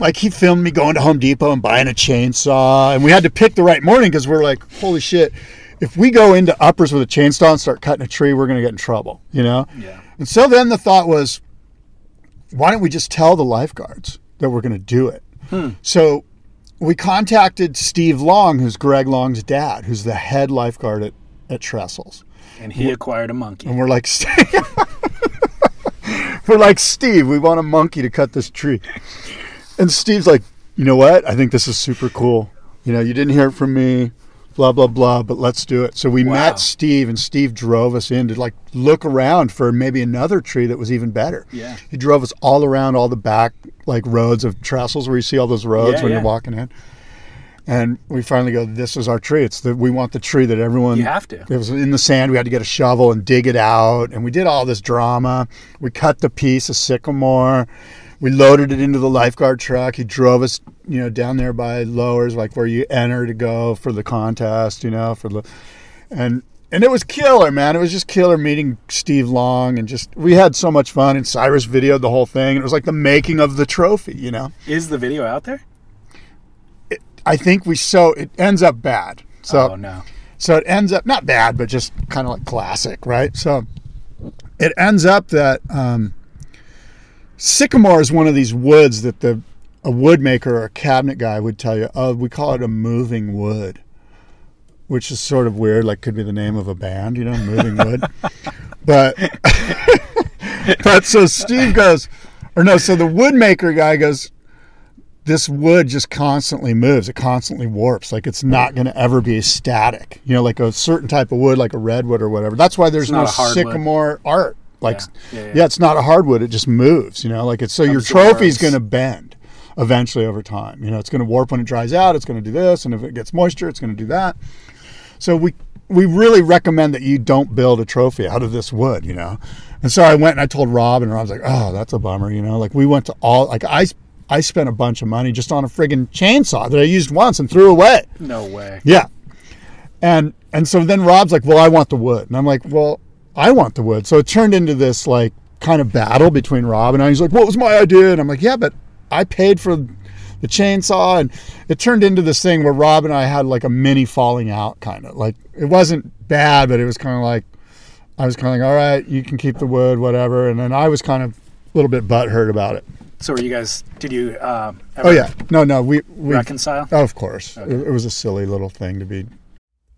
like, he filmed me going to Home Depot and buying a chainsaw, and we had to pick the right morning because we're like, "Holy shit." If we go into uppers with a chainsaw and start cutting a tree, we're going to get in trouble, you know? Yeah. And so then the thought was, why don't we just tell the lifeguards that we're going to do it? So we contacted Steve Long, who's Greg Long's dad, who's the head lifeguard at, at Trestles. And he acquired a monkey. And we're like, Steve. we're like, Steve, we want a monkey to cut this tree. And Steve's like, you know what? I think this is super cool. You know, you didn't hear it from me, blah, blah, blah, but let's do it. So we met Steve, and Steve drove us in to like look around for maybe another tree that was even better. Yeah. He drove us all around all the back like roads of Trestles where you see all those roads Yeah, when yeah. you're walking in. And we finally go, this is our tree. It's the, we want the tree that everyone. You have to. It was in the sand. We had to get a shovel and dig it out. And we did all this drama. We cut the piece of sycamore. We loaded it into the lifeguard truck. He drove us, you know, down there by lowers, like where you enter to go for the contest, you know, for the, and and it was killer, man. It was just killer meeting Steve Long and just we had so much fun. And Cyrus videoed the whole thing. And it was like the making of the trophy, you know. Is the video out there? I think we so it ends up bad. So oh no. So it ends up not bad, but just kind of like classic, right? So it ends up that um, sycamore is one of these woods that the a wood maker or a cabinet guy would tell you. Oh, we call it a moving wood, which is sort of weird. Like could be the name of a band, you know, moving wood. but but so Steve goes, or no, so the wood maker guy goes, this wood just constantly moves. It constantly warps. Like it's not going to ever be static. You know, like a certain type of wood, like a redwood or whatever. That's why there's not no a hardwood. sycamore art. Like, Yeah, yeah, yeah, yeah. it's not a hardwood. It just moves. You know, like it's so your trophy's going to bend eventually over time. You know, it's going to warp when it dries out. It's going to do this, and if it gets moisture, it's going to do that. So we we really recommend that you don't build a trophy out of this wood, you know. And so I went and I told Rob, and Rob's like, "Oh, that's a bummer," you know. Like we went to all like I I spent a bunch of money just on a friggin' chainsaw that I used once and threw away. No way. Yeah. And and so then Rob's like, "Well, I want the wood." And I'm like, "Well, I want the wood." So it turned into this like kind of battle between Rob and I. He's like, "What was my idea?" And I'm like, "Yeah, but I paid for the chainsaw." And it turned into this thing where Rob and I had like a mini falling out kind of. Like it wasn't bad, but it was kind of like I was kind of like, "All right, you can keep the wood, whatever." And then I was kind of a little bit butthurt about it. So were you guys? Did you? Um, ever Oh yeah. No, no, we we Reconcile. Oh, of course. It, it was a silly little thing to be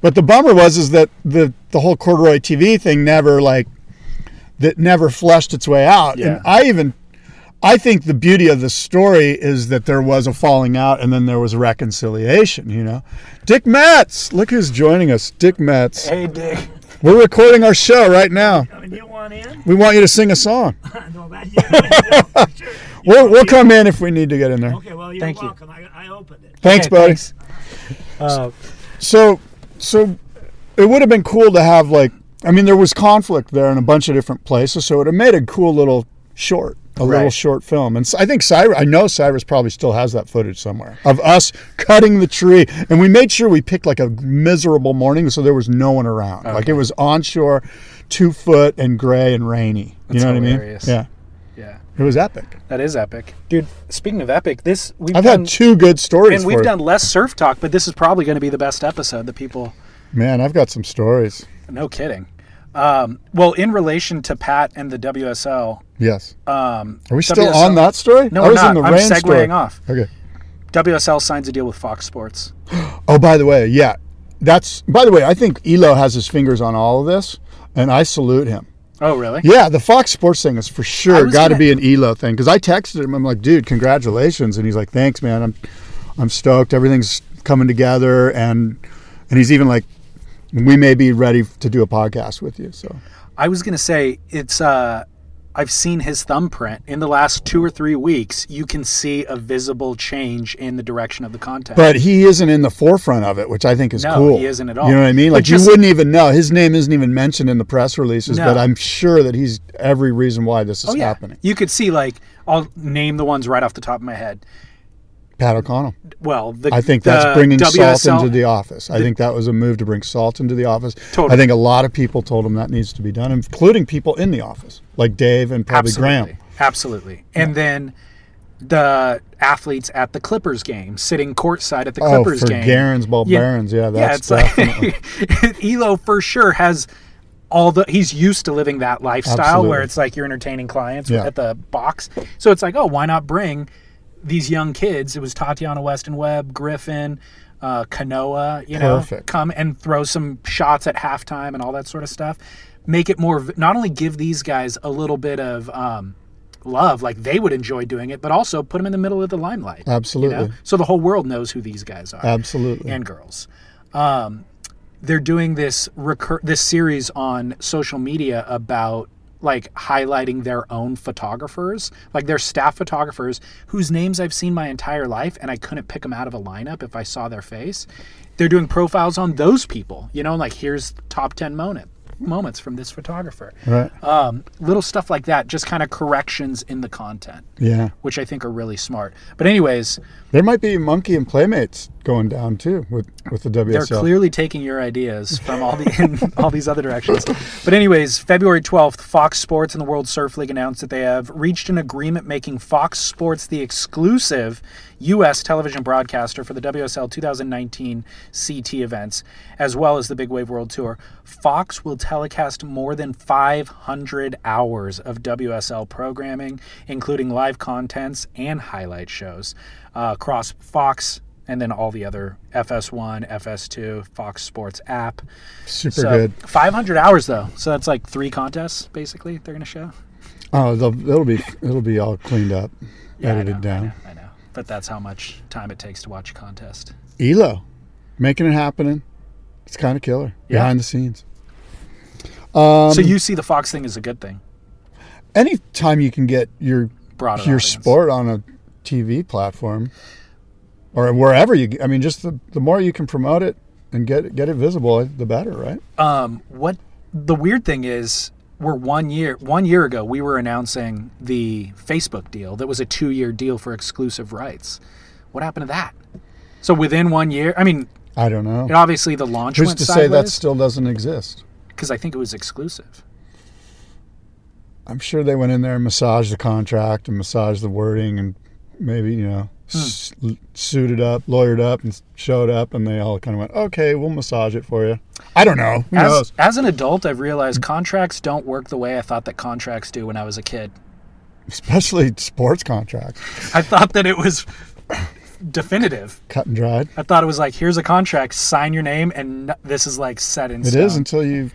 But the bummer was is that the the whole corduroy TV thing never like that never fleshed its way out. Yeah. And I even I think the beauty of the story is that there was a falling out and then there was reconciliation, you know. Dick Metz, look who's joining us. Dick Metz. Hey, Dick. We're recording our show right now. We want you to sing a song. we'll, we'll come in if we need to get in there. Okay, well, you're Thank you. welcome. I, I opened it. Thanks, buddy. Uh, so, so it would have been cool to have like, I mean, there was conflict there in a bunch of different places, so it would have made a cool little short, a little Right. short film. And so I think Cyrus, I know Cyrus probably still has that footage somewhere of us cutting the tree, and we made sure we picked like a miserable morning, so there was no one around. Like it was onshore, two foot and gray and rainy. you That's know hilarious. what I mean? Yeah. Yeah. It was epic. That is epic, dude. Speaking of epic, this we've I've done, had two good stories. and we've for you. done less surf talk, but this is probably going to be the best episode that people Man, I've got some stories. No kidding. Um, well, in relation to Pat and the WSL, Yes. um, Are we still WSL on that story? No, I we're was in not. the I'm rain segueing story. off. Okay. WSL signs a deal with Fox Sports. Oh, by the way, yeah. That's by the way, I think Elo has his fingers on all of this, and I salute him. Oh, really? Yeah, the Fox Sports thing is for sure was got to gonna- be an Elo thing because I texted him. I'm like, dude, congratulations, and he's like, thanks, man. I'm, I'm stoked. Everything's coming together, and and he's even like, we may be ready to do a podcast with you. So I was gonna say it's. Uh, I've seen his thumbprint in the last two or three weeks. You can see a visible change in the direction of the content. But he isn't in the forefront of it, which I think is No, cool. he isn't at You all. know what I mean? But Like just- you wouldn't even know. His name isn't even mentioned in the press releases, No. but I'm sure that he's every reason why this is oh yeah, happening. you could see like I'll name the ones right off the top of my head. Pat O'Connell. Well, the, I think the that's bringing WSL salt into the office. I the- think that was a move to bring salt into the office. Totally. I think a lot of people told him that needs to be done, including people in the office, like Dave and probably Graham. Absolutely. And then the athletes at the Clippers game, sitting courtside at the Oh, Clippers for game. Garen's Ball Barons. Yeah, that's like Elo for sure has all the he's used to living that lifestyle where Absolutely. it's like you're entertaining clients Yeah. at the box. So it's like, oh, why not bring these young kids? It was Tatiana Weston Webb, Griffin, uh, Kanoa, you know, Perfect. come and throw some shots at halftime and all that sort of stuff. Make it more, not only give these guys a little bit of um, love, like they would enjoy doing it, but also put them in the middle of the limelight. you know? Absolutely. So the whole world knows who these guys are Absolutely. and girls. Um, they're doing this recur- this series on social media about like highlighting their own photographers, like their staff photographers whose names I've seen my entire life and I couldn't pick them out of a lineup if I saw their face. They're doing profiles on those people, you know, like here's top 10 moment moments from this photographer. Right. Um, little stuff like that, just kind of corrections in the content, Yeah. which I think are really smart. But anyways, There might be Monkey and Playmates going down too with, with the WSL. They're clearly taking your ideas from all the in all these other directions. But anyways, February 12th, Fox Sports and the World Surf League announced that they have reached an agreement making Fox Sports the exclusive US television broadcaster for the WSL 2019 CT events as well as the Big Wave World Tour. Fox will telecast more than 500 hours of WSL programming including live contents and highlight shows uh, across Fox and then all the other FS1, FS2, Fox Sports app. Super So, good. 500 hours though, so that's like three contests basically. They're gonna show, Oh, they'll- it'll be it'll be all cleaned up, edited down. but that's how much time it takes to watch a contest. Elo, making it happening. It's kind of killer Yeah. behind the scenes. Um, so you see the Fox thing as a good thing. any time you can get your Broader your audience. sport on a TV platform or wherever you, I mean, just the, the more you can promote it and get it, get it visible, the better, right? Um, what the weird thing is, we're one year one year ago we were announcing the Facebook deal that was a two year deal for exclusive rights. What happened to that? So within one year, I mean, I don't know. and obviously the launch Who's went to say that sideways still doesn't exist? because I think it was exclusive. I'm sure they went in there and massaged the contract and massaged the wording and maybe, you know, s- suited up, lawyered up, and showed up, and they all kind of went, okay, we'll massage it for you. I don't know. Who as, knows? as an adult, I've realized contracts don't work the way I thought that contracts do when I was a kid. Especially sports contracts. I thought that it was definitive. Cut and dried. I thought it was like, here's a contract, sign your name, and n- this is like set in It stone. is until you,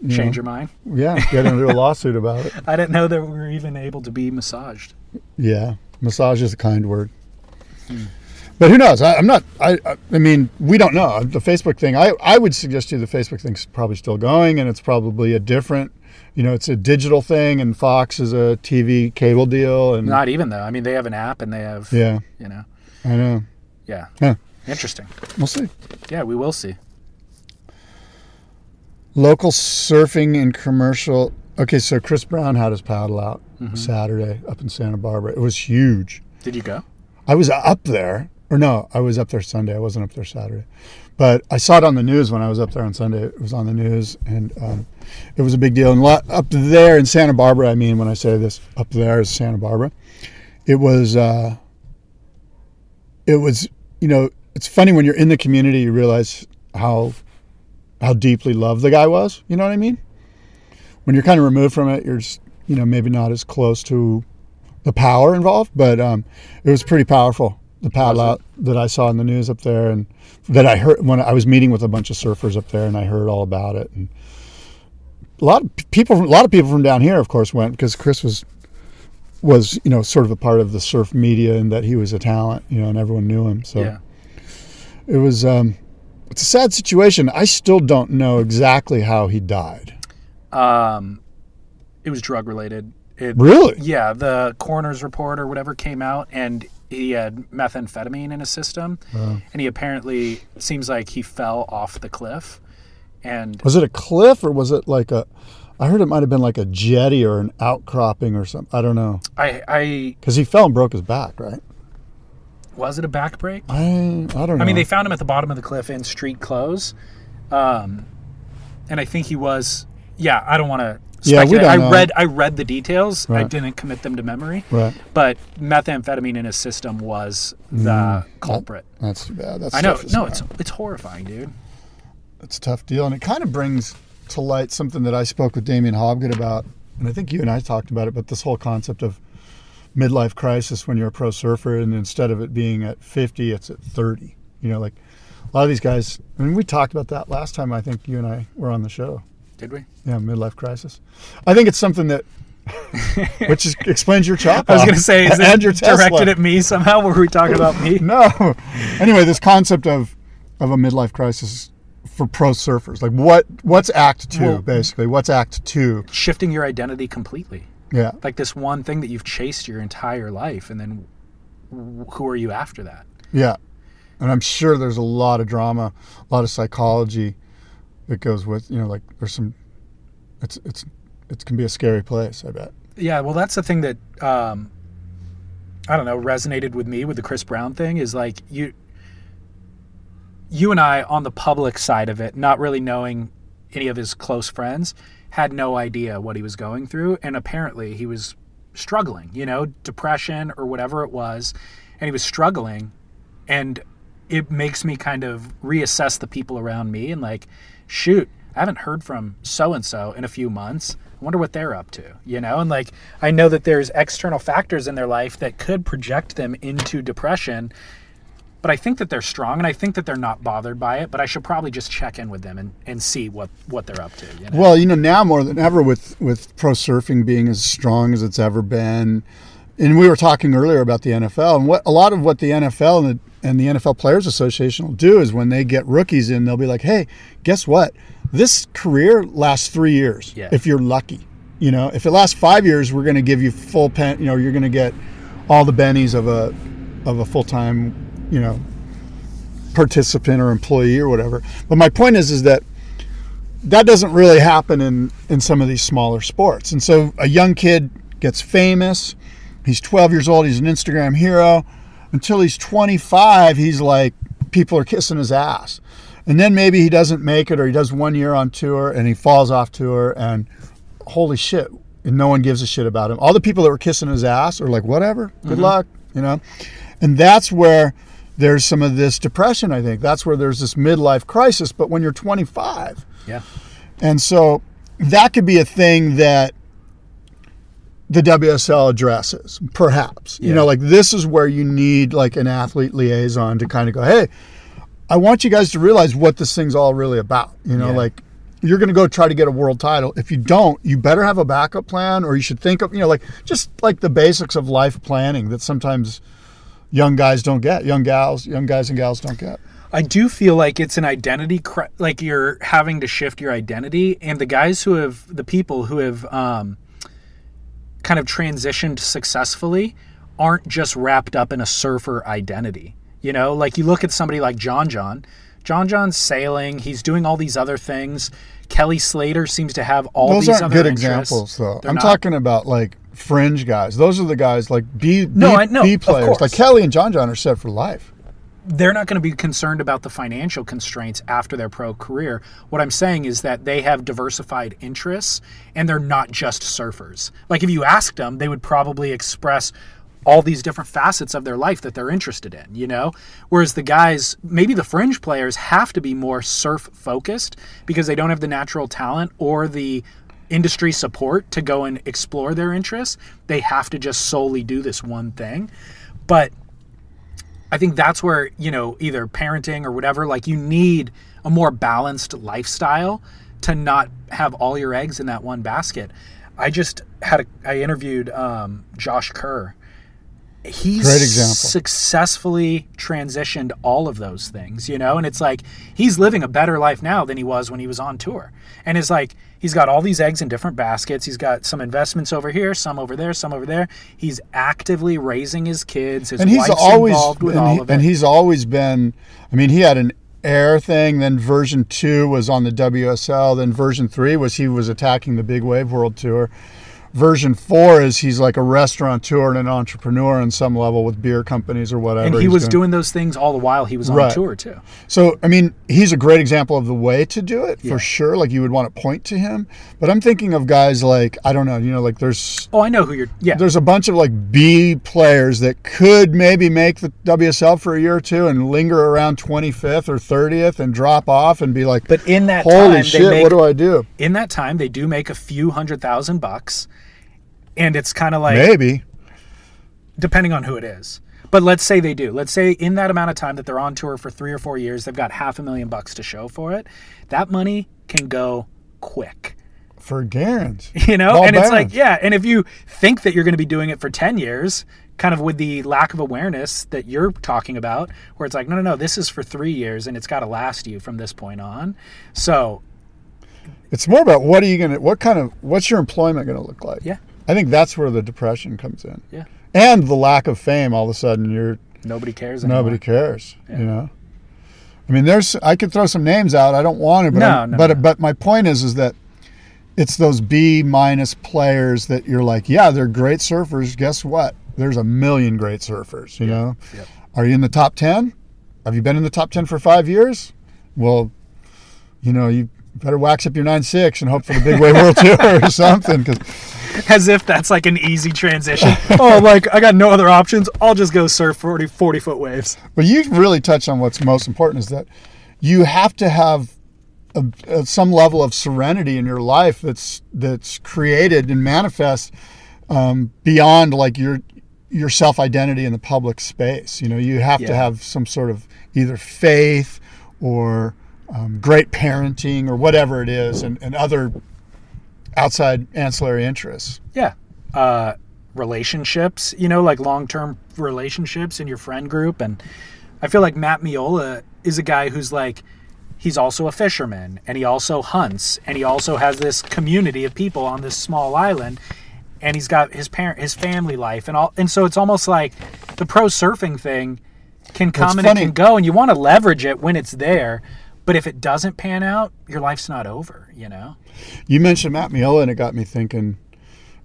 you Change know, your mind. Yeah, get into a lawsuit about it. I didn't know that we were even able to be massaged. Yeah, massage is a kind word. But who knows? I, I'm not. I. I- I mean, we don't know the Facebook thing. I. I would suggest to you the Facebook thing's probably still going, and it's probably a different. You know, it's a digital thing, and Fox is a TV cable deal, and Not even though. I mean, they have an app and they have. Mm. Yeah. You know. I know. Yeah. Huh. Interesting. We'll see. Yeah, we will see. Local surfing and commercial. Okay, so Chris Brown had his paddle out Saturday up in Santa Barbara. It was huge. Did you go? I was up there, or no, I was up there Sunday. I wasn't up there Saturday, but I saw it on the news when I was up there on Sunday. It was on the news, and um, it was a big deal. And lo- up there in Santa Barbara, I mean, when I say this, up there is Santa Barbara. It was, uh, it was, you know, it's funny when you're in the community, you realize how how deeply loved the guy was. You know what I mean? When you're kind of removed from it, you're just, you know, maybe not as close to the power involved, but um, it was pretty powerful. The paddle out that I saw in the news up there, and that I heard when I was meeting with a bunch of surfers up there, and I heard all about it. And a lot of p- people, from, a lot of people from down here, of course, went because Chris was was you know sort of a part of the surf media, and that he was a talent, you know, and everyone knew him. So Yeah. it was um, it's a sad situation. I still don't know exactly how he died. Um, it was drug related. It, Really? Yeah. The coroner's report or whatever came out, and he had methamphetamine in his system, Wow. and he apparently it seems like he fell off the cliff, and Was it a cliff or was it like a? I heard it might have been like a jetty or an outcropping or something. I don't know. I I Because he fell and broke his back, right? was it a back break? I I don't know. I mean, they found him at the bottom of the cliff in street clothes, um, and I think he was. Yeah, I don't want to. Yeah, we don't I know. read I read the details. I Right. didn't commit them to memory. Right. But methamphetamine in his system was the Mm, that- culprit. that's too bad. That's I know. tough, isn't No, it? it's it's horrifying, dude. it's a tough deal, and it kind of brings to light something that I spoke with Damien Hobgood about, and I think you and I talked about it. But this whole concept of midlife crisis when you're a pro surfer, and instead of it being at 50, it's at 30. You know, like a lot of these guys. I mean, we talked about that last time. I think you and I were on the show. Did we? Yeah, midlife crisis. I think it's something that, which is, explains your chop. I was off going to say, is Uh, and your this directed Tesla. at me somehow? Were we talking about me? No. Anyway, this concept of of a midlife crisis for pro surfers, like what what's Act Two Well- basically? What's Act Two? Shifting your identity completely, Yeah, like this one thing that you've chased your entire life, and then wh- who are you after that? yeah. And I'm sure there's a lot of drama, a lot of psychology that goes with you know, like there's some. It's it's it can be a scary place. I bet. Yeah, well, that's the thing that um, I don't know resonated with me with the Chris Brown thing is like you, you and I on the public side of it, not really knowing any of his close friends, had no idea what he was going through, and apparently he was struggling, you know, depression or whatever it was, and he was struggling, and it makes me kind of reassess the people around me and like, shoot, I haven't heard from so and so in a few months. I wonder what they're up to, you know? And like, I know that there's external factors in their life that could project them into depression, but I think that they're strong and I think that they're not bothered by it, but I should probably just check in with them and, and see what, what they're up to, you know? Well, you know, now more than ever with with pro surfing being as strong as it's ever been. And we were talking earlier about the NFL and what a lot of what the NFL and the, and the NFL Players Association will do is when they get rookies in, they'll be like, "Hey, guess what? This career lasts 3 years Yeah. if you're lucky. You know, if it lasts 5 years, we're going to give you full pen, you know, you're going to get all the bennies of a of a full-time, you know, participant or employee or whatever. But my point is is that that doesn't really happen in in some of these smaller sports. And so a young kid gets famous. He's 12 years old. He's an Instagram hero. Until he's 25, he's like people are kissing his ass. And then maybe he doesn't make it, or he does one year on tour and he falls off tour, and holy shit, and no one gives a shit about him. All the people that were kissing his ass are like, whatever, good Mhm. luck, you know? And that's where there's some of this depression, I think. That's where there's this midlife crisis. But when you're 25, Yeah. and so that could be a thing that the WSL addresses, perhaps. You Yeah. know, like this is where you need like an athlete liaison to kind of go, hey, I want you guys to realize what this thing's all really about. You know, Yeah. like you're going to go try to get a world title. If you don't, you better have a backup plan or you should think of, you know, like just like the basics of life planning that sometimes young guys don't get, young gals, young guys and gals don't get. I do feel like it's an identity, cri- like you're having to shift your identity. And the guys who have, the people who have um, kind of transitioned successfully aren't just wrapped up in a surfer identity. You know, like you look at somebody like John John. John John's sailing, he's doing all these other things. Kelly Slater seems to have all Those these aren't other good interests. examples, though. They're I'm not. talking about like fringe guys. Those are the guys like B, B, No, I- no, B of players. course. Like Kelly and John John are set for life. they're not going to be concerned about the financial constraints after their pro career. What I'm saying is that they have diversified interests and they're not just surfers. Like if you asked them, they would probably express all these different facets of their life that they're interested in, you know? Whereas the guys, maybe the fringe players have to be more surf focused because they don't have the natural talent or the industry support to go and explore their interests. They have to just solely do this one thing. But I think that's where, you know, either parenting or whatever, like you need a more balanced lifestyle to not have all your eggs in that one basket. I just had a, I interviewed um, Josh Kerr. He's Great example. successfully transitioned all of those things, you know, and it's like he's living a better life now than he was when he was on tour. And it's like he's got all these eggs in different baskets. He's got some investments over here, some over there, some over there. He's actively raising his kids. His and he's wife's always involved with and, all he- of it. and he's always been. I mean, he had an air thing. Then version two was on the WSL. Then version three was he was attacking the Big Wave World Tour. Version four is he's like a restaurateur and an entrepreneur on some level with beer companies or whatever. and he he's was doing those things all the while he was on Right. tour too. So, I mean, he's a great example of the way to do it Yeah. for sure. Like, you would want to point to him. But I'm thinking of guys like, I don't know, you know, like there's. Oh, I know who you're. Yeah. There's a bunch of like B players that could maybe make the WSL for a year or two and linger around 25th or 30th and drop off and be like, but in that holy time, shit, they make, what do I do? In that time, they do make a few hundred thousand bucks, and it's kind of like maybe. depending on who it is. But let's say they do. Let's say in that amount of time that they're on tour for three or four years, they've got half a million bucks to show for it. That money can go quick. For Garand. you know Ball and it's like Barron. yeah and if you think that you're going to be doing it for 10 years kind of with the lack of awareness that you're talking about where it's like no no no this is for three years and it's got to last you from this point on so It's more about what are you going to, what kind of, what's your employment going to look like? Yeah. I think that's where the depression comes in. Yeah. And the lack of fame, all of a sudden, you're nobody cares anymore. Nobody cares. You know, I mean, there's I could throw some names out. I don't want to, but No, I'm- no, but no. but my point is is that it's those B minus players that you're like, yeah, they're great surfers. Guess what? There's a million great surfers. You know, are you in the top ten? Have you been in the top ten for five years? Well, you know, you better wax up your nine six and hope for the big way world tour or something. 'cause- as if that's like an easy transition oh like i got no other options i'll just go surf 40 40 foot waves But you really touched on what's most important is that you have to have a, a- some level of serenity in your life that's that's created and manifest um, beyond like your your self identity in the public space. You know, you have to Yeah. have some sort of either faith or um, great parenting or whatever it is, and, and other outside ancillary interests. yeah uh relationships you know like long-term relationships in your friend group and i feel like matt miola is a guy who's like he's also a fisherman and he also hunts and he also has this community of people on this small island and he's got his parent his family life and all and so it's almost like the pro surfing thing can Well, it's come and it funny. can go and you want to leverage it when it's there but if it doesn't pan out your life's not over you know You mentioned Matt Miola, and it got me thinking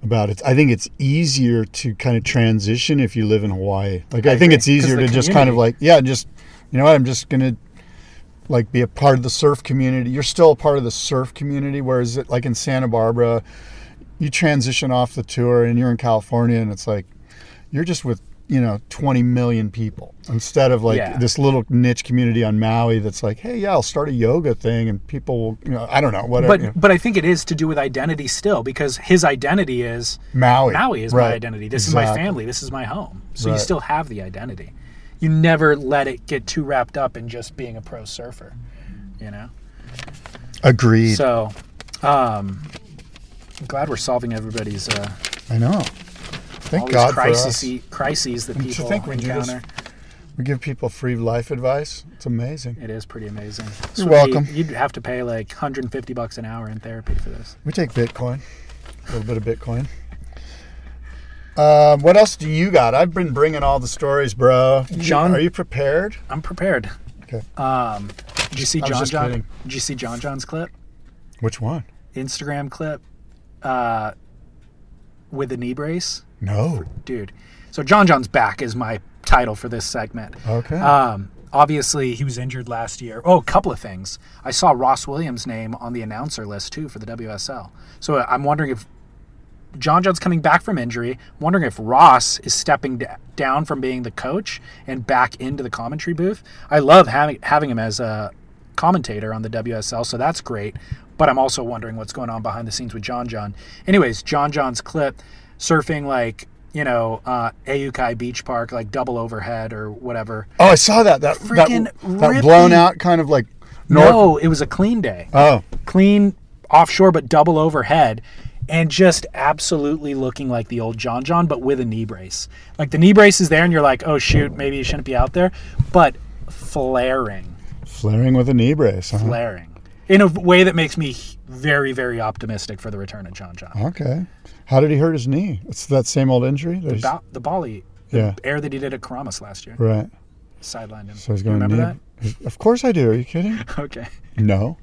about it. I think it's easier to kind of transition if you live in Hawaii. Like, I I, think agree, it's easier to 'cause the just kind of community- like, yeah, just you know what, I'm just gonna like be a part of the surf community. You're still a part of the surf community, whereas it like in Santa Barbara, you transition off the tour and you're in California, and it's like you're just with you know 20 million people instead of like Yeah. this little niche community on Maui that's like, hey, yeah, I'll start a yoga thing and people will, you know, I don't know, whatever. but you know. but I think it is to do with identity still because his identity is Maui. Maui is Right. my identity. This is my Exactly. family. This is my home. So you Right. still have the identity. You never let it get too wrapped up in just being a pro surfer. You know. Agreed. So, um, I'm glad we're solving everybody's uh, I know. all Thank these God crises, for us. crises that Don't you people think when you just- encounter. We give people free life advice. It's amazing. It is pretty amazing. This You're would be- welcome. you'd have to pay like 150 bucks an hour in therapy for this. We take Bitcoin, a little bit of Bitcoin. Um, what else do you got? I've been bringing all the stories, bro. You- John- are you prepared? Uh, I'm prepared. Okay. Um, did you see I was John just John? kidding. Did you see John John's clip? Which one? Instagram clip uh, with a knee brace, No. dude. So John John's back is my title for this segment. Okay. Um, obviously, he was injured last year. Oh, a couple of things. I saw Ross Williams' name on the announcer list too for the WSL. So uh, I'm wondering if John John's coming back from injury. I'm wondering if Ross is stepping d- down from being the coach and back into the commentary booth. I love having having him as a commentator on the WSL, so that's great. But I'm also wondering what's going on behind the scenes with John John. Anyways, John John's clip surfing like you know uh, Ayukai Beach Park, like double overhead or whatever. Oh, I saw that. That that, Freaking that rippy. blown out kind of like north. No, it was a clean day. Oh, clean offshore but double overhead and just absolutely looking like the old John John but with a knee brace. Like the knee brace is there and you're like, "Oh shoot, maybe you shouldn't be out there." But flaring, flaring with a knee brace. Huh? flaring in a way that makes me very very optimistic for the return of John John. Okay. How did he hurt his knee? It's that same old injury. that The, he's- ba- the Bali yeah. air that he did at Karamas last year. Right. Sidelined him. So he's Do you going remember knee. that? Of course I do. Are you kidding? Okay. No.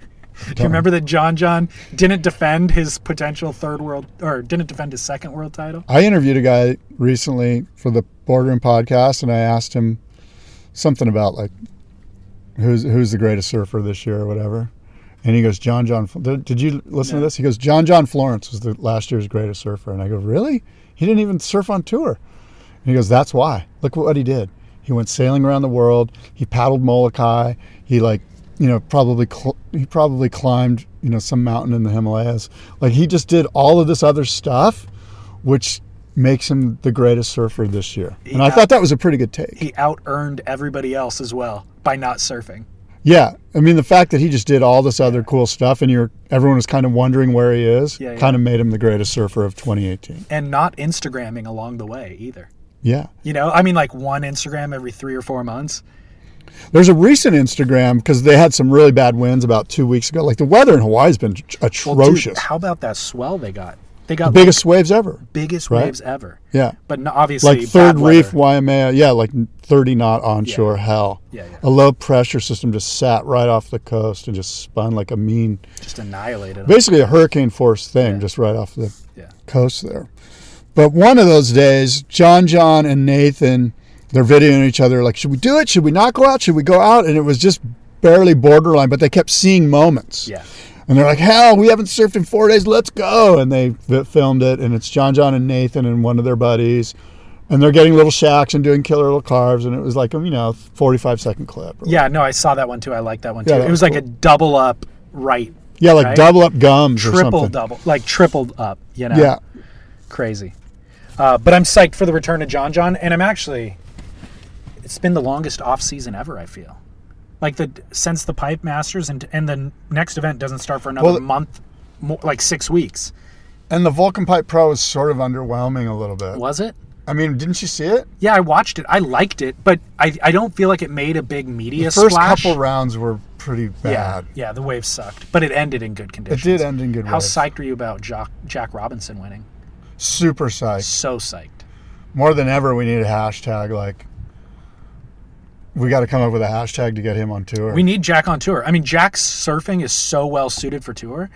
Do you remember that John John didn't defend his potential third world or didn't defend his second world title? I interviewed a guy recently for the Boardroom podcast, and I asked him something about like who's who's the greatest surfer this year or whatever. And he goes, John John. Fl- Did, did you listen to this? He goes, John John Florence was the last year's greatest surfer. And I go, really? He didn't even surf on tour. And he goes, that's why. Look what he did. He went sailing around the world. He paddled Molokai. He like, you know, probably cl- he probably climbed you know some mountain in the Himalayas. Like he just did all of this other stuff, which makes him the greatest surfer this year. And I Yeah. thought that was a pretty good take. he out earned everybody else as well by not surfing. Yeah, I mean the fact that he just did all this other cool stuff, and you're everyone was kind of wondering where he is, Yeah, yeah. kind of made him the greatest surfer of 2018. and not Instagramming along the way either. Yeah, You know, I mean, like one Instagram every three or four months. there's a recent Instagram because they had some really bad winds about two weeks ago. Like the weather in Hawaii's been tr- Well, atrocious, Dude, how about that swell they got? They got the like, biggest waves ever. biggest right? waves ever. Yeah, But no, obviously, like third bad reef weather. Waimea. Yeah, like 30 knot onshore. Hell, Yeah, yeah. a low pressure system just sat right off the coast and just spun like a mean. just annihilated. 'em. basically a hurricane force thing just right off the Yeah. coast there. But one of those days, John John and Nathan, they're videoing each other like, should we do it? Should we not go out? Should we go out? And it was just barely borderline, but they kept seeing moments. Yeah. And they're like, hell, we haven't surfed in four days. Let's go. And they vi- filmed it. And it's John John and Nathan and one of their buddies. And they're getting little shacks and doing killer little carves. And it was like, a, you know, 45 second clip. Yeah, no, I saw that one too. I like that one too. Yeah, that it was was like a double up right. Yeah, like right? double up gums or triple something. double, like tripled up. You know, Yeah. crazy. Uh, but I'm psyched for the return of John John, and I'm actually. It's been the longest off season ever. I feel, like the since the Pipe Masters, and and the next event doesn't start for another Well, month, more, like six weeks. And the Vulcan Pipe Pro is sort of underwhelming a little bit. Was it? I mean, didn't you see it? Yeah, I watched it. I liked it, but I, I don't feel like it made a big media the first splash. couple rounds were pretty bad. Yeah, yeah, the wave sucked, but it ended in good conditions. did end in good How waves. psyched are you about Jack, Jack Robinson winning? Super psyched. So psyched. More than ever, we need a hashtag. Like, we got to come up with a hashtag to get him on tour. We need Jack on tour. I mean, Jack's surfing is so well suited for tour,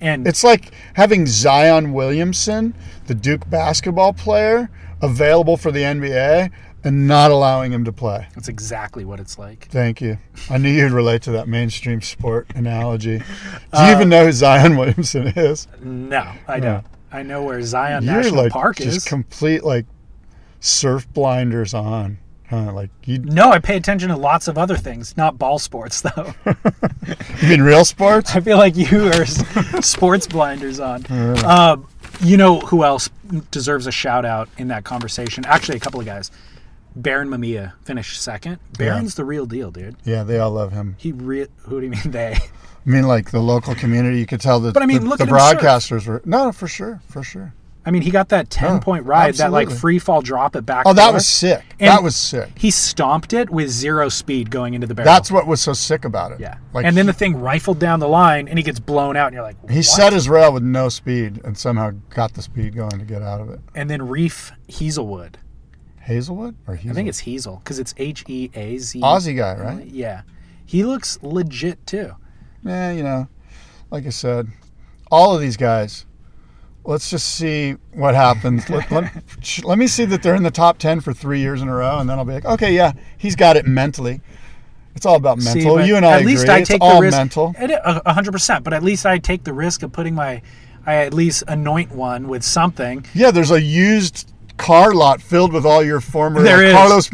and it's like having Zion Williamson, the Duke basketball player, available for the NBA and not allowing him to play. that's exactly what it's like. Thank you. I knew you'd relate to that mainstream sport analogy. Do you Uh, even know who Zion Williamson is? No, I Yeah. don't. I know where Zion You're National like Park just is. complete like surf blinders on. Huh? Like you? No, I pay attention to lots of other things, not ball sports though. you mean real sports? I feel like you are sports blinders on. Mm. Um, you know who else deserves a shout out in that conversation? Actually, a couple of guys. Baron Mamiya finished second. Baron's yeah. the real deal, dude. Yeah, they all love him. He re- Who do you mean they? I mean, like the local community. You could tell that. But I mean, the, look the broadcasters were no, for sure, for sure. I mean, he got that ten oh, point ride, absolutely. that like free fall drop it back. Oh, that was sick. And that was sick. He stomped it with zero speed going into the barrel. That's what was so sick about it. Yeah. Like and then he, the thing rifled down the line, and he gets blown out, and you're like, what? he set his rail with no speed, and somehow got the speed going to get out of it. And then Reef Hazelwood. Hazelwood or Hazel? I think it's Hazel because it's H E A Z. Aussie guy, right? Yeah, he looks legit too. Yeah, Eh, you know, like I said, all of these guys. Let's just see what happens. let, let, let, me see that they're in the top ten for three years in a row, and then I'll be like, okay, yeah, he's got it mentally. It's all about mental. See, you and I at least agree. I it's take all the risk. uh, mental. hundred percent. But at least I take the risk of putting my, I at least anoint one with something. Yeah, there's a used car lot filled with all your former uh, Carlos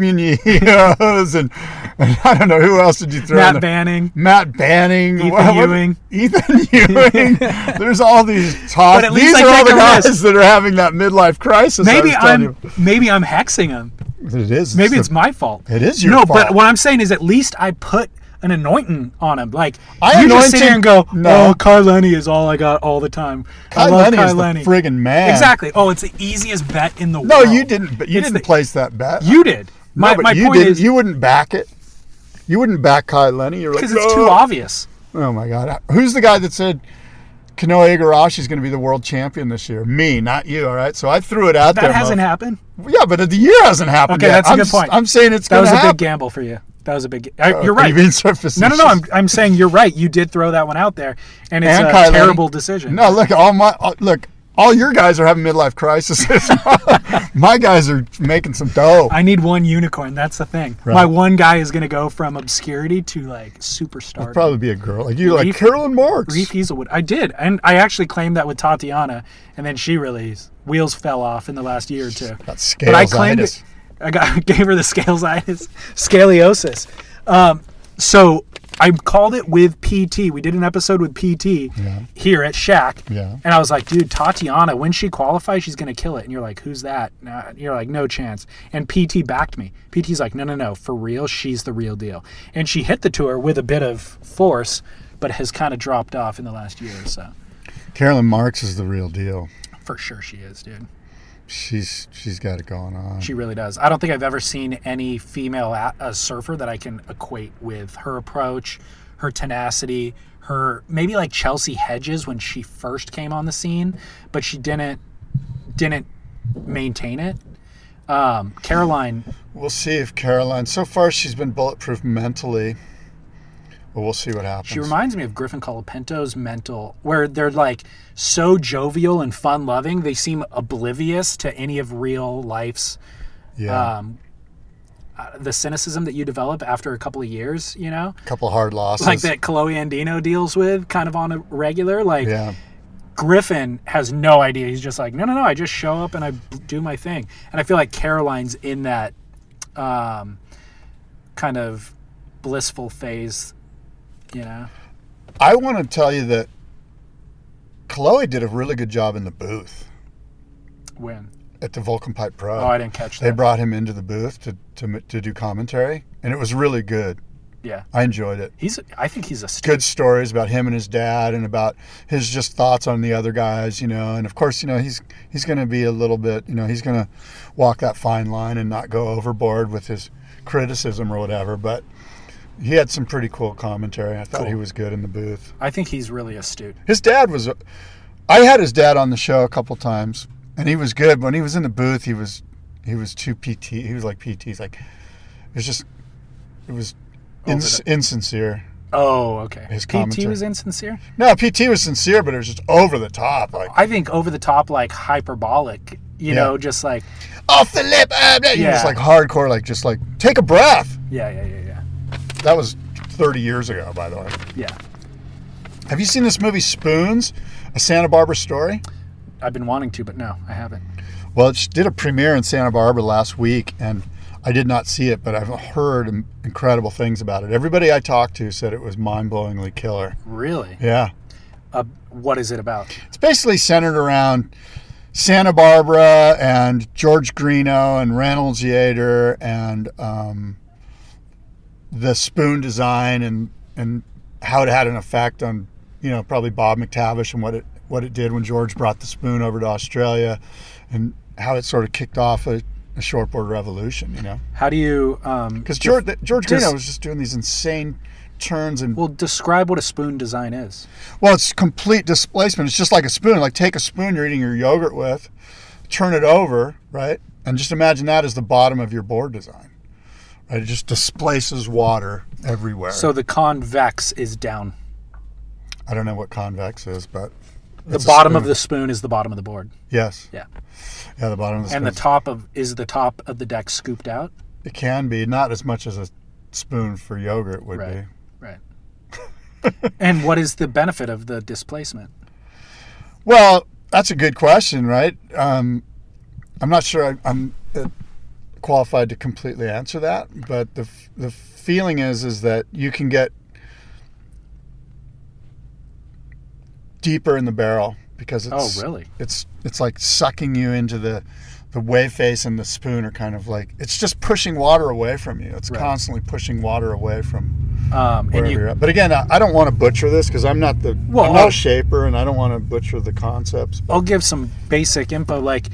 Munoz and, and, I don't know who else did you throw Matt in Banning, Matt Banning, Ethan what, what, Ewing, Ethan Ewing. There's all these top. But at these least are I all the guys risk. that are having that midlife crisis. Maybe I'm you. maybe I'm hexing them. It is. Maybe it's, it's the, my fault. It is your no, fault. but what I'm saying is at least I put an anointing on him. Like I you just sit here and go, no. "Oh, Carleni is all I got all the time." Kai I love Lenny Kai is Lenny. the friggin' man. Exactly. Oh, it's the easiest bet in the no, world. No, you didn't. But you it's didn't the, place that bet. You did. My, no, but my you point didn't, is, you wouldn't back it. You wouldn't back Kai Lenny. You're like, because it's oh. too obvious. Oh my god, who's the guy that said? Kanoa Igarashi is going to be the world champion this year. Me, not you. All right. So I threw it out that there. That hasn't Mo. happened. Yeah, but the year hasn't happened. Okay, yet. that's a I'm good point. S- I'm saying it's that was a happen. big gamble for you. That was a big. I, you're oh, right. You mean surface? No, no, no. I'm, I'm saying you're right. You did throw that one out there, and it's and a Kylie. terrible decision. No, look, all my all, look, all your guys are having midlife crises. my guys are making some dough. I need one unicorn. That's the thing. Right. My one guy is going to go from obscurity to like superstar. It'll probably be a girl. Like you, like Carolyn Marks, Reef Hazelwood. I did, and I actually claimed that with Tatiana, and then she really wheels fell off in the last year or two. Got scales. But I claimed. It, I got, gave her the scalesitis, scoliosis. Um, so I called it with PT. We did an episode with PT yeah. here at Shack. Yeah. And I was like, dude, Tatiana, when she qualifies, she's going to kill it. And you're like, who's that? And you're like, no chance. And PT backed me. PT's like, no, no, no. For real, she's the real deal. And she hit the tour with a bit of force, but has kind of dropped off in the last year or so. Carolyn Marks is the real deal. For sure she is, dude she's she's got it going on. She really does. I don't think I've ever seen any female at, uh, surfer that I can equate with her approach, her tenacity, her maybe like Chelsea Hedges when she first came on the scene, but she didn't didn't maintain it. Um, Caroline. We'll see if Caroline. So far, she's been bulletproof mentally. But we'll see what happens. She reminds me of Griffin Colapento's mental, where they're like so jovial and fun loving, they seem oblivious to any of real life's. Yeah. Um, uh, the cynicism that you develop after a couple of years, you know, a couple hard losses, like that Chloe Andino deals with, kind of on a regular. Like, yeah. Griffin has no idea. He's just like, no, no, no. I just show up and I do my thing. And I feel like Caroline's in that um, kind of blissful phase you know? I want to tell you that Chloe did a really good job in the booth. When? At the Vulcan Pipe Pro. Oh, I didn't catch they that. They brought him into the booth to, to, to do commentary, and it was really good. Yeah. I enjoyed it. He's I think he's a st- good stories about him and his dad and about his just thoughts on the other guys, you know. And of course, you know, he's he's going to be a little bit, you know, he's going to walk that fine line and not go overboard with his criticism or whatever, but he had some pretty cool commentary. I thought cool. he was good in the booth. I think he's really astute. His dad was. A, I had his dad on the show a couple times, and he was good. When he was in the booth, he was he was too PT. He was like PT. He's like it was just it was ins, insincere. Oh, okay. His PT commentary. was insincere. No, PT was sincere, but it was just over the top. Like I think over the top, like hyperbolic. You yeah. know, just like off the lip. Uh, blah, yeah. Just like hardcore. Like just like take a breath. Yeah, yeah, yeah, yeah. That was 30 years ago, by the way. Yeah. Have you seen this movie Spoons, a Santa Barbara story? I've been wanting to, but no, I haven't. Well, it did a premiere in Santa Barbara last week, and I did not see it, but I've heard in- incredible things about it. Everybody I talked to said it was mind-blowingly killer. Really? Yeah. Uh, what is it about? It's basically centered around Santa Barbara and George Greeno and Reynolds Yater and um, the spoon design and and how it had an effect on you know probably Bob McTavish and what it what it did when George brought the spoon over to Australia and how it sort of kicked off a, a shortboard revolution. You know, How do you? um, Because because George George Greeno was just doing these insane turns and well, describe what a spoon design is. Well, it's complete displacement. It's just like a spoon. Like take a spoon you're eating your yogurt with, turn it over, right? And just imagine that as the bottom of your board design. Right? It just displaces water everywhere. So the convex is down. I don't know what convex is, but The it's a bottom of spoon. the spoon is the bottom of the board, Yes. Yeah. Yeah, the bottom of the and the spoon's- top of is the top of the deck scooped out. It can be not as much as a spoon for yogurt would Right. be. Right. and what is the benefit of the displacement? Well, that's a good question, right? Um, I'm not sure I, I'm uh, qualified to completely answer that, but the f- the feeling is is that you can get deeper in the barrel because Oh, it's really? it's it's like sucking you into the the wave face and the spoon are kind of like it's just pushing water away from you. It's Right. constantly pushing water away Um, from and wherever you- you're at. But again, I, I don't want to butcher this because I'm not the Well, I'm not I'll- a shaper and I don't want to butcher the concepts. I'll give some basic info. Like,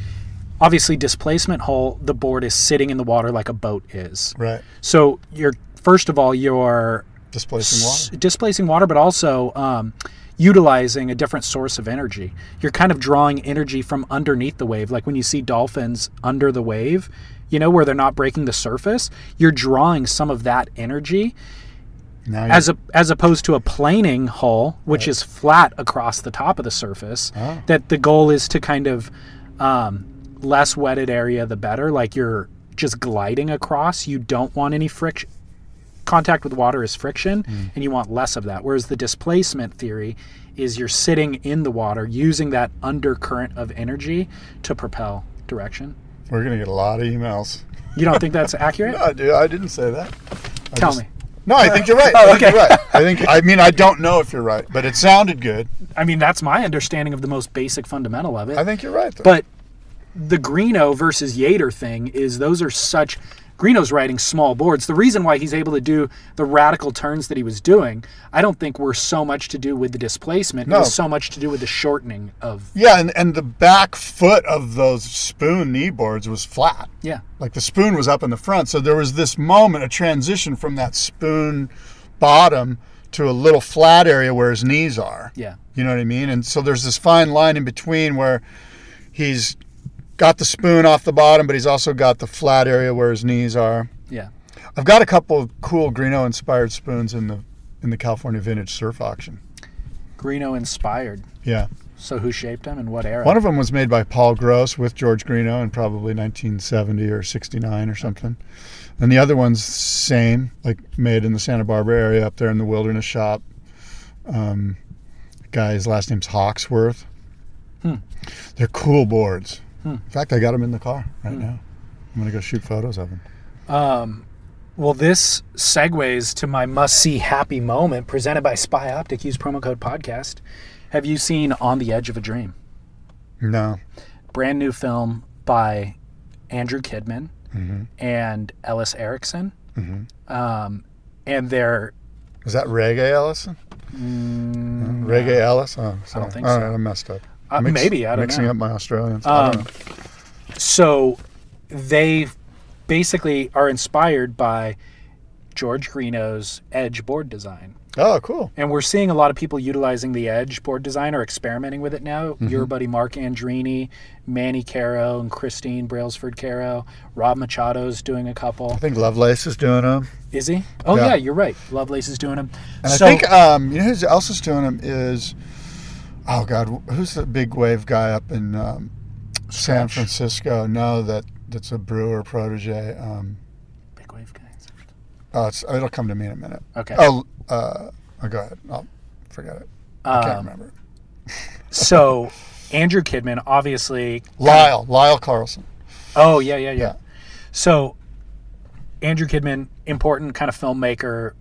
obviously, displacement hole, the board is sitting in the water like a boat is. Right. So you're first of all you're Displacing water. displacing water, but also um, utilizing a different source of energy. You're kind of drawing energy from underneath the wave, like when you see dolphins under the wave. You know where they're not breaking the surface. You're drawing some of that energy Now as a, as opposed to a planing hull, which is flat across the top of the surface. Oh. That the goal is to kind of um, less wetted area, the better. Like you're just gliding across. You don't want any friction. Contact with water is friction, Hmm. and you want less of that. Whereas the displacement theory is you're sitting in the water using that undercurrent of energy to propel direction. We're gonna get a lot of emails. You don't think that's accurate? No, dude, I didn't say that. I Tell just- me. No, I think you're right. Oh, I think okay. you're right. I think. I mean, I don't know if you're right, but it sounded good. I mean, that's my understanding of the most basic fundamental of it. I think you're right. Though. But the Greeno versus Yater thing is those are such Greeno's writing small boards. The reason why he's able to do the radical turns that he was doing, I don't think were so much to do with the displacement. It No. was so much to do with the shortening of yeah, and, and the back foot of those spoon knee boards was flat. yeah. Like the spoon was up in the front, so there was this moment, a transition from that spoon bottom to a little flat area where his knees are. Yeah. You know what I mean? And so there's this fine line in between where he's got the spoon off the bottom, but he's also got the flat area where his knees are. Yeah. I've got a couple of cool Greeno inspired spoons in the in the California Vintage Surf Auction. Greeno inspired. Yeah. So who shaped him and what era? One of them was made by Paul Gross with George Greeno in probably 1970 or 69 or something. And the other one's same, like made in the Santa Barbara area up there in the wilderness shop. Um, guy's last name's Hawksworth. Hmm. They're cool boards. Hmm. In fact, I got them in the car right now. I'm going to go shoot photos of them. Um, well, this segues to my must see happy moment presented by Spy Optic. Use promo code podcast. Have you seen On the Edge of a Dream? No. Brand new film by Andrew Kidman Mhm. and Ellis Erickson. Mhm. Um, and they're, Is that Reggae Ellison? Mm, Reggae Ellis? Oh, sorry. think All so. right, I messed up. Uh, maybe, I don't mixing know. up my Australians. I um, don't know. so they basically are inspired by George Greeno's edge board design. Oh, cool. And we're seeing a lot of people utilizing the Edge board design or experimenting with it now. Mm-hmm. Your buddy Mark Andrini, Manny Caro, and Christine Brailsford Caro. Rob Machado's doing a couple. I think Lovelace is doing them. Is he? Oh, yeah, Yeah. you're right. Lovelace is doing them. And I think um, you know who else is doing them is, oh god, who's the big wave guy up in um, San Francisco? No, that that's a brewer protege. Um, Big wave guys. oh, it's, it'll come to me in a minute. Okay. Oh, uh, oh go ahead. I'll forget it. I can't Um, remember. so Andrew Kidman, obviously. Lyle, Lyle Carlson. Oh yeah, yeah, yeah. yeah. So Andrew Kidman, important kind of filmmaker,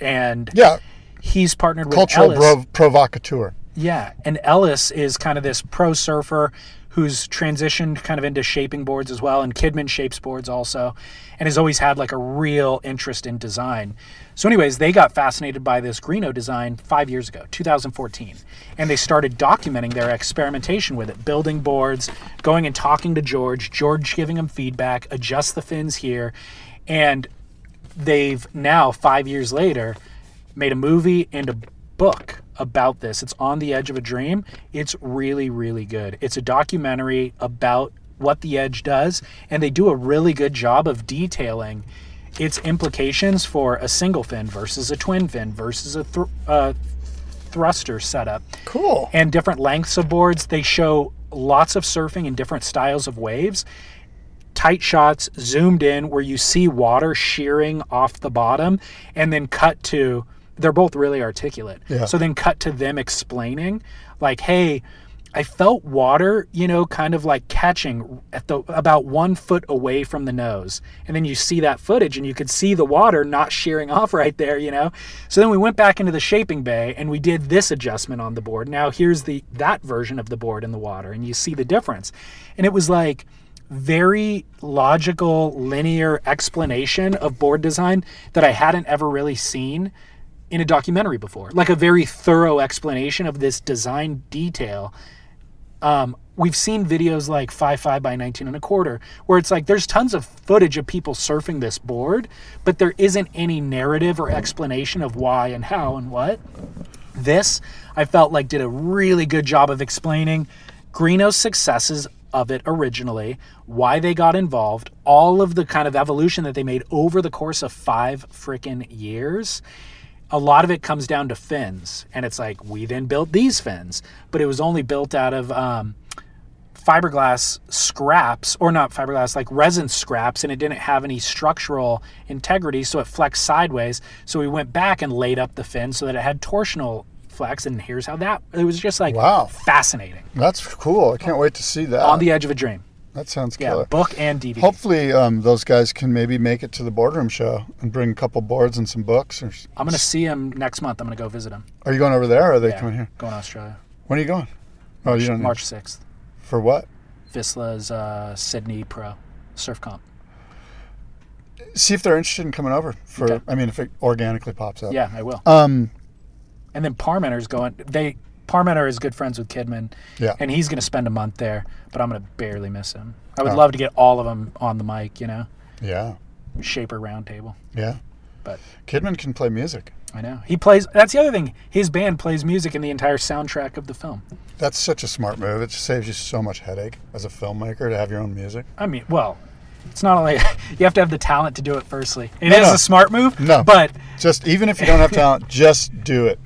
and yeah, he's partnered cultural with cultural provocateur. Yeah, and Ellis is kind of this pro surfer who's transitioned kind of into shaping boards as well, and Kidman shapes boards also, and has always had like a real interest in design. So, anyways, they got fascinated by this Greeno design five years ago, 2014, and they started documenting their experimentation with it, building boards, going and talking to George, George giving them feedback, adjust the fins here, and they've now five years later made a movie and a book about this. It's on the edge of a dream. It's really, really good. It's a documentary about what the edge does, and they do a really good job of detailing its implications for a single fin versus a twin fin versus a thr- uh, thruster setup. Cool. And different lengths of boards. They show lots of surfing and different styles of waves. Tight shots zoomed in where you see water shearing off the bottom, and then cut to they're both really articulate. Yeah. So then cut to them explaining, like, hey, I felt water, you know, kind of like catching at the about one foot away from the nose. And then you see that footage and you could see the water not shearing off right there, you know. So then we went back into the shaping bay and we did this adjustment on the board. Now here's the that version of the board in the water and you see the difference. And it was like very logical, linear explanation of board design that I hadn't ever really seen in a documentary before, like a very thorough explanation of this design detail. Um, we've seen videos like five five by 19 and a quarter, where it's like there's tons of footage of people surfing this board, but there isn't any narrative or explanation of why and how and what. This, I felt like, did a really good job of explaining Greeno's successes of it originally, why they got involved, all of the kind of evolution that they made over the course of five freaking years a lot of it comes down to fins and it's like we then built these fins but it was only built out of um, fiberglass scraps or not fiberglass like resin scraps and it didn't have any structural integrity so it flexed sideways so we went back and laid up the fin so that it had torsional flex and here's how that it was just like wow Uh, fascinating that's cool i can't wait to see that on the edge of a dream that sounds yeah, killer. book and DVD. Hopefully, um, those guys can maybe make it to the boardroom show and bring a couple boards and some books. Or I'm going to see him next month. I'm going to go visit him. Are you going over there? or Are they Yeah, coming here? Going to Australia. When are you going? Oh, you don't know. March 6th. For what? Visla's uh, Sydney Pro Surf Comp. See if they're interested in coming over. For I mean, if it organically pops up. Yeah, I will. Um, And then Parmenter's going. They Parmenter is good friends with Kidman. Yeah. And he's going to spend a month there, but I'm going to barely miss him. I would Oh. love to get all of them on the mic, you know, yeah, Shaper Roundtable. yeah. But Kidman can play music. I know he plays. That's the other thing. His band plays music in the entire soundtrack of the film. That's such a smart move. It just saves you so much headache as a filmmaker to have your own music. I mean, well, it's not only you have to have the talent to do it. Firstly, it is No, no. a smart move. No, but just even if you don't have talent, just do it.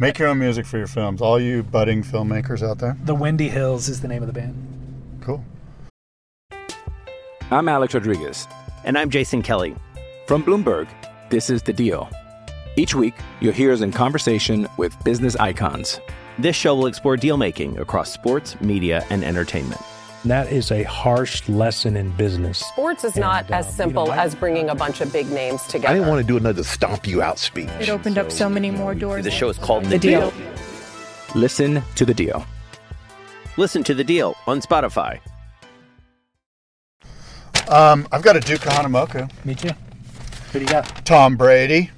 Make your own music for your films. All you budding filmmakers out there, The Windy Hills is the name of the band. cool. I'm Alex Rodriguez. And I'm Jason Kelly. From Bloomberg, this is The Deal. Each week, you'll hear us in conversation with business icons. This show will explore deal making across sports, media, and entertainment. And that is a harsh lesson in business. Sports is not as simple as bringing a bunch of big names I together. didn't want to do another stomp you out speech. It opened up so many more doors. The show is called The, The Deal. Listen to The Deal. Listen to The Deal on Spotify. Um, I've got a Duke of Hanamoku. Me too. Who do you got? Tom Brady.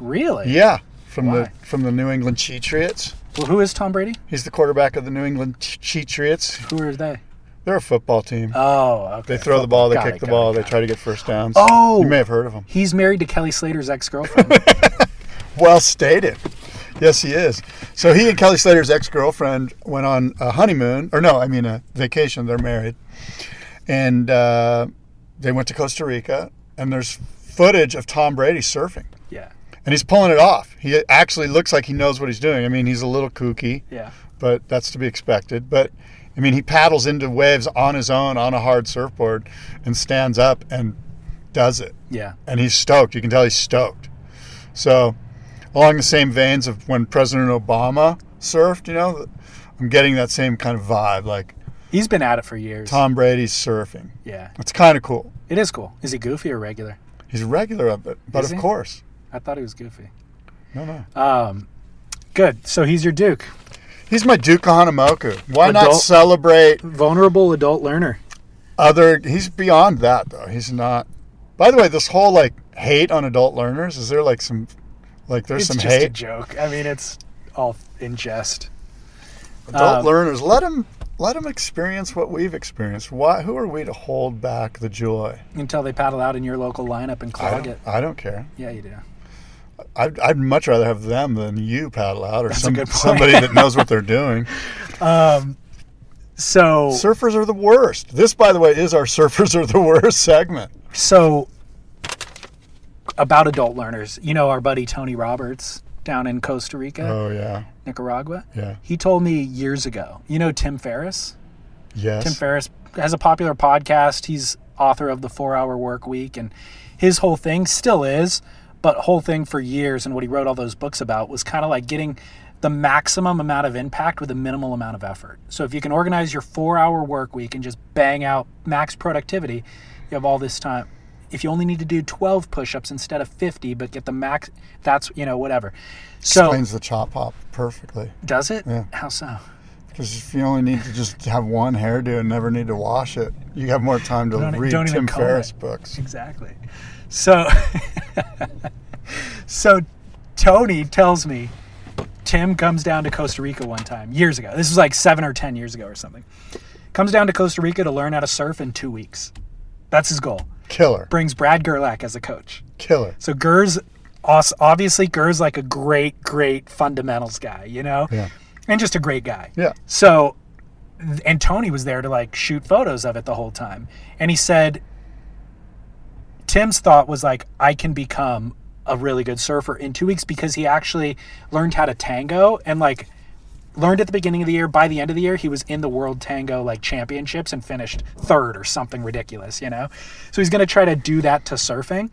Really? Yeah, from the from the New England Cheatriots. Well, who is Tom Brady? He's the quarterback of the New England Ch- Cheatriots. Who are they? They're a football team. Oh, okay. they throw the ball, they Got kick it, the got ball, they try to get first downs. Oh! you may have heard of him. He's married to Kelly Slater's ex girlfriend. Well stated. Yes, he is. So he and Kelly Slater's ex-girlfriend went on a honeymoon, or no, I mean a vacation. They're married, and uh, they went to Costa Rica. And there's footage of Tom Brady surfing, yeah, and he's pulling it off. He actually looks like he knows what he's doing. I mean, he's a little kooky, yeah. but that's to be expected. But I mean, he paddles into waves on his own on a hard surfboard, and stands up and does it Yeah. and he's stoked. You can tell he's stoked. So, along the same veins of when President Obama surfed, you know, I'm getting that same kind of vibe. Like he's been at it for years. Tom Brady's surfing. Yeah, it's kind of cool. It is cool. Is he goofy or regular? He's regular of it, but Is of he? course, I thought he was goofy. no, no. Um, good. So he's your Duke. He's my Duke Hanamoku. Why not Adult- celebrate vulnerable adult learner? Other, he's beyond that though. He's not. By the way, this whole like hate on adult learners is there like some, like there's it's some just a hate. joke. I mean, it's all in jest. Adult Um, learners, let them let them experience what we've experienced. Why? Who are we to hold back the joy? until they paddle out in your local lineup and I clog don't, it. I don't care. Yeah, you do. I'd, I'd much rather have them than you paddle out or That's a some, good point. somebody that knows what they're doing. Um, so surfers are the worst. This, by the way, is our surfers are the worst segment. So about adult learners, you know our buddy Tony Roberts down in Costa Rica, Oh yeah, Nicaragua. yeah, He told me years ago. You know Tim Ferriss? yes. Tim Ferriss has a popular podcast. He's author of the Four Hour Work Week, and his whole thing still is, but whole thing for years, and what he wrote all those books about was kind of like getting the maximum amount of impact with a minimal amount of effort. So if you can organize your four hour work week and just bang out max productivity, you have all this time. If you only need to do 12 push ups instead of 50, but get the max, that's, you know, whatever. So, Explains the chop hop perfectly. does it? Yeah. How so? Because if you only need to just have one hairdo and never need to wash it, you have more time to Don't- e-, read don't even Tim comb it. Ferriss books. Exactly. So, so Tony tells me Tim comes down to Costa Rica one time years ago. This was like seven or ten years ago or something. Comes down to Costa Rica to learn how to surf in two weeks. That's his goal. Killer, Brings Brad Gerlach as a coach. killer. So Gur's os- obviously Gur's like a great, great fundamentals guy, you know, Yeah. and just a great guy. Yeah. So, th- and Tony was there to like shoot photos of it the whole time. And he said, Tim's thought was like, I can become a really good surfer in two weeks because he actually learned how to tango and like learned at the beginning of the year. By the end of the year, he was in the world tango like championships and finished third or something ridiculous, you know? So he's going to try to do that to surfing.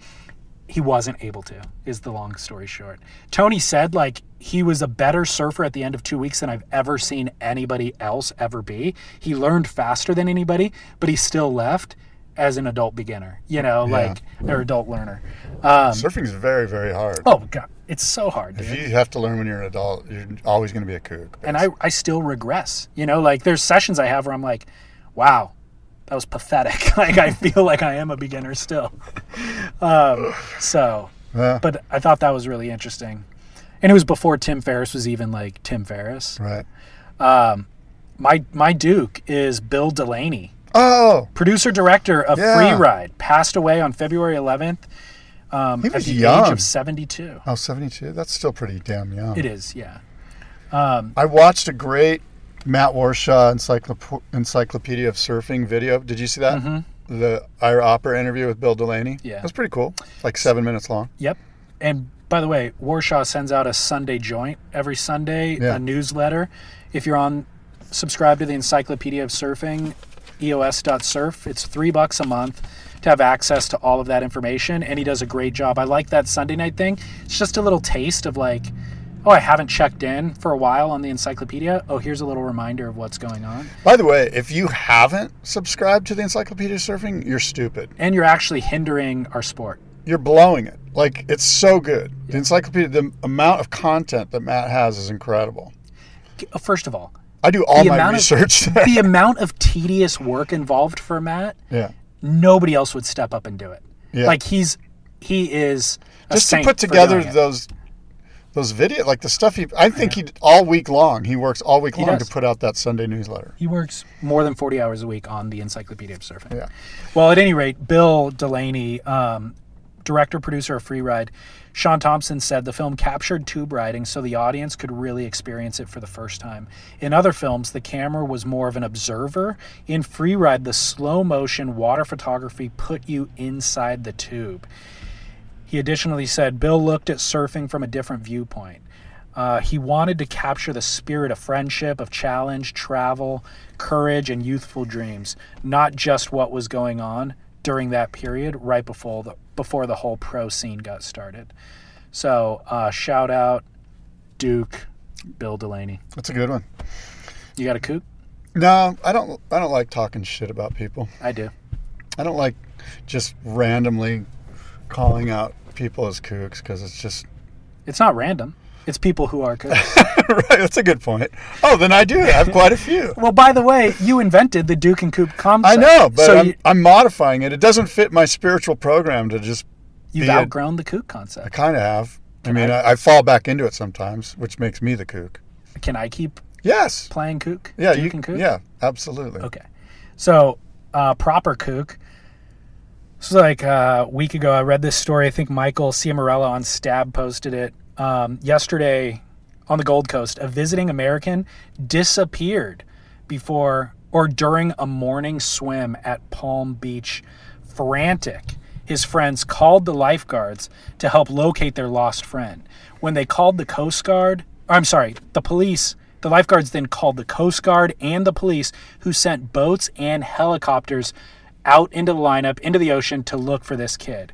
He wasn't able to, is the long story short. Tony said, like, he was a better surfer at the end of two weeks than I've ever seen anybody else ever be. He learned faster than anybody, but he still left as an adult beginner, you know, Yeah. like, or adult learner. Um, Surfing's very, very hard. oh, God. It's so hard, dude. If you have to learn when you're an adult, you're always going to be a kook. and I, I still regress. You know, like there's sessions I have where I'm like, wow, that was pathetic. like I feel like I am a beginner still. um, so, Yeah. but I thought that was really interesting. And it was before Tim Ferriss was even like Tim Ferriss. Right. Um, my my Duke is Bill Delaney, Oh, producer director of Yeah. Free Ride, passed away on February 11th. Um, He at was the age young. of 72. oh, 72? That's still pretty damn young. It is, yeah. Um, I watched a great Matt Warshaw encyclop- Encyclopedia of Surfing video. Did you see that? mhm, The Ira Opera interview with Bill Delaney? Yeah. It was pretty cool. Like seven minutes long. Yep. And by the way, Warshaw sends out a Sunday joint every Sunday, Yeah. a newsletter. If you're on, subscribe to the Encyclopedia of Surfing, E eos.surf. It's three bucks a month to have access to all of that information. And he does a great job. I like that Sunday night thing. It's just a little taste of like, oh, I haven't checked in for a while on the encyclopedia. Oh, here's a little reminder of what's going on. By the way, if you haven't subscribed to the Encyclopedia of Surfing, you're stupid. And you're actually hindering our sport. You're blowing it. Like it's so good. The encyclopedia, the amount of content that Matt has is incredible. First of all, I do all the my amount of- research there. the amount of tedious work involved for Matt yeah, nobody else would step up and do it. Yeah. Like he's he is a just to saint put for together doing it. those those video, like the stuff he. I think he all week long. He works all week He long does. to put out that Sunday newsletter. He works more than forty hours a week on the Encyclopedia of Surfing. Yeah. Well, at any rate, Bill Delaney, um, director producer of Free Ride, Sean Thompson said the film captured tube riding so the audience could really experience it for the first time. In other films, the camera was more of an observer. In Free Ride, the slow motion water photography put you inside the tube. He additionally said Bill looked at surfing from a different viewpoint. Uh, he wanted to capture the spirit of friendship, of challenge, travel, courage, and youthful dreams, not just what was going on during that period right before the, before the whole pro scene got started. So, uh, shout out Duke Bill Delaney. That's a good one. You got a coop? No, I don't. I don't like talking shit about people. I do. I don't like just randomly calling out people as kooks because it's just It's not random. It's people who are good. right. That's a good point. Oh, then I do have quite a few. well, by the way, you invented the Duke and Coop concept. I know, but so I'm, you, I'm modifying it. It doesn't fit my spiritual program to just. you've be a- outgrown the Coop I concept. kind of have. I Can mean, I- I, I fall back into it sometimes, which makes me the kook. Can I keep Yes. playing Kook? Yeah. Duke you, and Kook? Yeah. Absolutely. Okay. So, uh, proper kook. This was like uh, a week ago. I read this story. I think Michael Ciamarella on Stab posted it um, yesterday on the Gold Coast. A visiting American disappeared before or during a morning swim at Palm Beach. Frantic, his friends called the lifeguards to help locate their lost friend. When they called the Coast Guard, or I'm sorry, the police, the lifeguards then called the Coast Guard and the police, who sent boats and helicopters out into the lineup, into the ocean to look for this kid.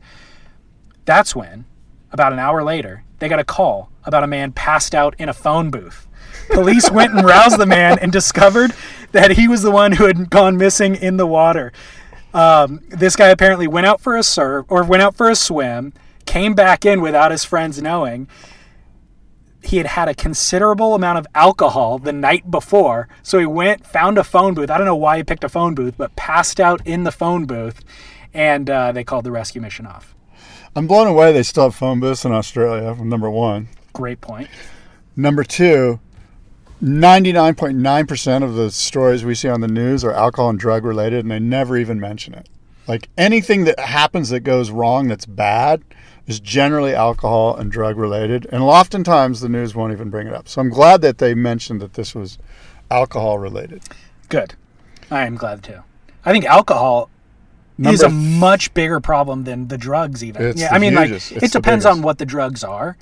That's when, about an hour later, they got a call about a man passed out in a phone booth. Police went and roused the man and discovered that he was the one who had gone missing in the water. Um, this guy apparently went out for a surf or went out for a swim, came back in without his friends knowing, he had had a considerable amount of alcohol the night before. So he went, found a phone booth. I don't know why he picked a phone booth, but passed out in the phone booth, and uh, they called the rescue mission off. I'm blown away. They still have phone booths in Australia. Number one. Great point. Number two, 99.9% of the stories we see on the news are alcohol and drug related, and they never even mention it. Like anything that happens that goes wrong that's bad is generally alcohol and drug related. And oftentimes the news won't even bring it up. So I'm glad that they mentioned that this was alcohol related. Good. I am glad too. I think alcohol is a Number- much bigger problem than the drugs, even. It's yeah, the I mean, hugest. like It's it the depends biggest. on what the drugs are.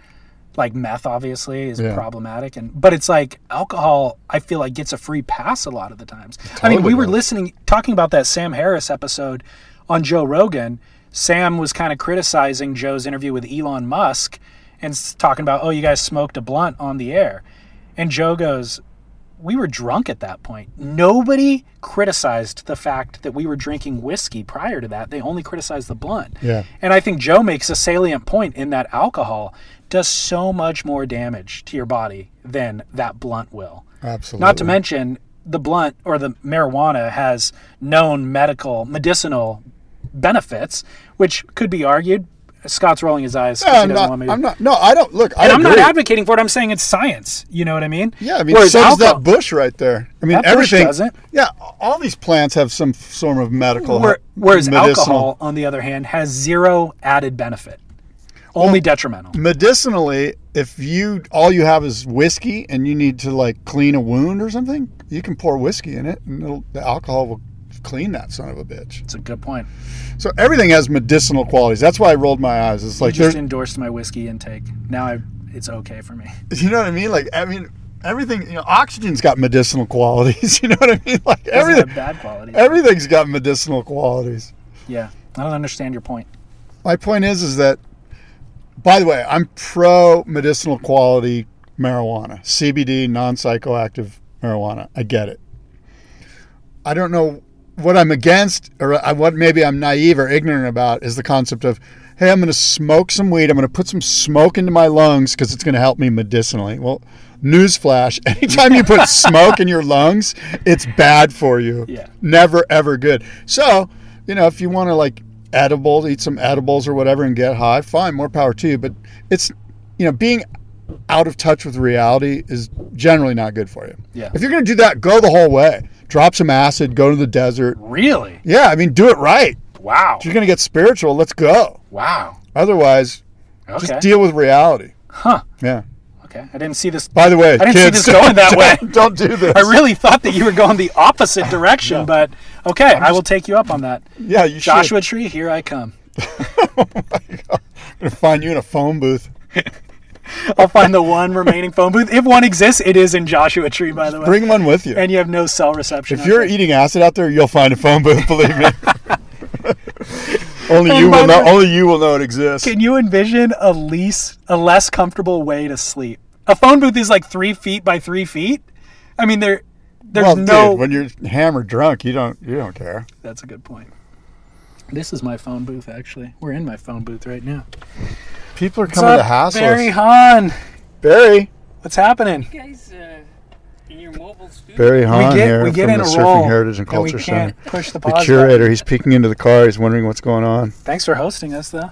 Like meth, obviously, is Yeah. problematic, and but it's like alcohol. I feel like gets a free pass a lot of the times. I mean, Totally we were does. listening, talking about that Sam Harris episode on Joe Rogan. Sam was kind of criticizing Joe's interview with Elon Musk and s- talking about, oh, you guys smoked a blunt on the air, and Joe goes, we were drunk at that point. Nobody criticized the fact that we were drinking whiskey prior to that. They only criticized the blunt. Yeah. And I think Joe makes a salient point in that alcohol does so much more damage to your body than that blunt will. Absolutely. Not to mention the blunt or the marijuana has known medical medicinal benefits, which could be argued. Scott's rolling his eyes. 'cause Yeah, he I'm doesn't not, want me to- I'm not, no, I don't, look, I and I'm not agree. advocating for it. I'm saying it's science. You know what I mean? Yeah, I mean, Whereas so does alcohol- that bush right there. I mean, That bush everything. doesn't. Yeah, all these plants have some form of medical. Where- whereas medicinal- alcohol, on the other hand, has zero added benefit, only detrimental. medicinally, if you all you have is whiskey and you need to like clean a wound or something, you can pour whiskey in it, and it'll, the alcohol will clean that son of a bitch. It's a good point. So everything has medicinal qualities. That's why I rolled my eyes. It's Like like you just there- endorsed my whiskey intake. Now I, it's okay for me. you know what I mean. Like I mean, everything. You know, oxygen's got medicinal qualities. You know what I mean? Like Doesn't have everything. bad qualities. Everything's got medicinal qualities. yeah, I don't understand your point. My point is, is that, by the way, I'm pro medicinal quality marijuana, CBD, non psychoactive marijuana. I get it. I don't know what I'm against, or I- what maybe I'm naive or ignorant about, is the concept of, hey, I'm going to smoke some weed. I'm going to put some smoke into my lungs because it's going to help me medicinally. Well, newsflash: anytime you put smoke in your lungs, it's bad for you. Yeah. Never ever good. So, you know, if you want to like edibles, eat some edibles or whatever, and get high, fine, more power to you. But it's, you know, being out of touch with reality is generally not good for you. Yeah. If you're going to do that, go the whole way. Drop some acid, go to the desert. Really? Yeah, I mean, do it right. Wow. If you're going to get spiritual, let's go. Wow. Otherwise, Okay. just deal with reality. Huh. Yeah. Okay. I didn't see this. By the way, I didn't kids, see this going that way. Don't, don't do this. I really thought that you were going the opposite direction, but okay, I will take you up on that. Yeah, you Joshua Tree, here I come. should find you in a phone booth. I'll find the one remaining phone booth. If one exists, it is in Joshua Tree, by the way. Bring one with you. and you have no cell reception. if out you're there. eating acid out there, you'll find a phone booth. Believe me. only you And by will know. the- Only you will know it exists. can you envision a least a less comfortable way to sleep? A phone booth is like three feet by three feet. I mean, they're There's well, no. dude, when you're hammered drunk, you don't you don't care. That's a good point. This is my phone booth, actually. We're in my phone booth right now. People are What's coming to up, hassle Barry us. Hahn. Barry. What's happening? guys uh, in your mobile studio. Barry Hahn get- here we get from in the a Surfing roll, Heritage and and we Culture can't Center. push the the pause curator, he's peeking into the car. He's wondering what's going on. Thanks for hosting us, though.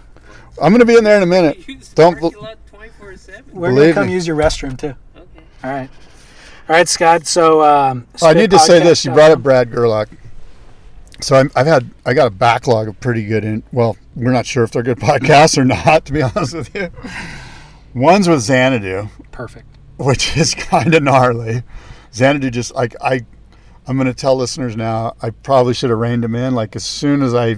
I'm going to be in there in a minute. Don't bel- We're going to Believe come me. use your restroom, too. Okay. All right. All right, Scott. So, um, Oh, I need to say spitpodcast this. You dot brought up Brad Gerlach. So I'm, I've had I got a backlog of pretty good. In, well, we're not sure if they're good podcasts or not. To be honest with you, one's with Xanadu, Perfect. which is kind of gnarly. Xanadu just like I, I'm going to tell listeners now. I probably should have reined him in. Like as soon as I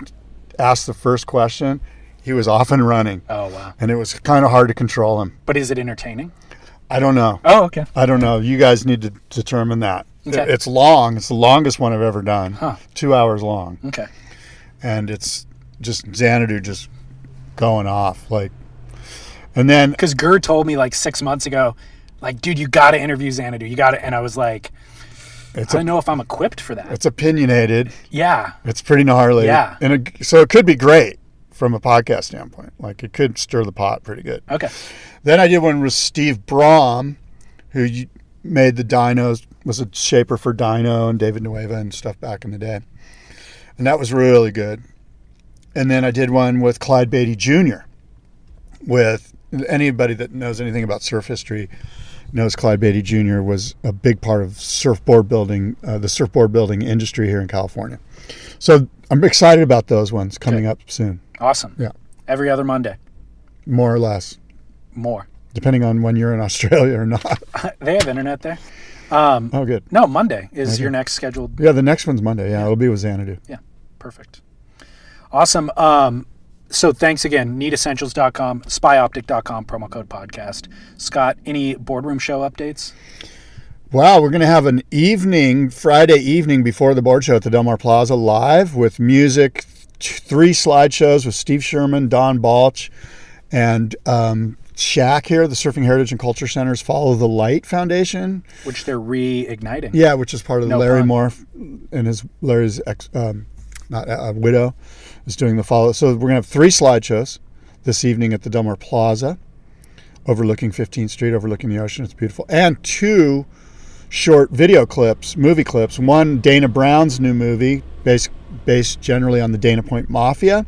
asked the first question, he was off and running. Oh, wow. And it was kind of hard to control him. But is it entertaining? I don't know. Oh, okay. I don't know. You guys need to determine that. Okay. It- It's long. It's the longest one I've ever done. Huh. Two hours long. Okay. And it's just Xanadu just going off. Like, and then because Gurr told me like six months ago, like, dude, you got to interview Xanadu. You got to. And I was like, It's I a- don't know if I'm equipped for that. it's opinionated. Yeah. It's pretty gnarly. Yeah. And it, so it could be great from a podcast standpoint. Like, it could stir the pot pretty good. Okay. Then I did one with Steve Brom, who you- made the dinos, was a shaper for Dino and David Nueva and stuff back in the day. And that was really good. And then I did one with Clyde Beatty Jr. with anybody that knows anything about surf history knows Clyde Beatty Jr. was a big part of surfboard building, uh, the surfboard building industry here in California. So I'm excited about those ones coming up soon, Awesome. Yeah. Every other Monday, more or less, more. depending on when you're in Australia or not. they have internet there. Um, Oh, good. No, Monday is Okay. your next scheduled. Yeah, the next one's Monday. Yeah, it'll be with Xanadu. Yeah. Perfect. Awesome. Um, so thanks again. NeedEssentials.com, SpyOptic.com, promo code podcast. Scott, any boardroom show updates? Wow, we're going to have an evening, Friday evening before the board show at the Del Mar Plaza live with music, th- three slideshows with Steve Sherman, Don Balch, and um, Shaq here, the Surfing Heritage and Culture Center's Follow the Light Foundation. Which they're reigniting. Yeah, which is part of No Larry pun. Moore and his Larry's ex, um, not uh, widow, is doing the follow. So we're gonna have three slideshows this evening at the Delmar Plaza, overlooking 15th Street, overlooking the ocean. It's beautiful, and two short video clips, movie clips. One Dana Brown's new movie, based based generally on the Dana Point Mafia,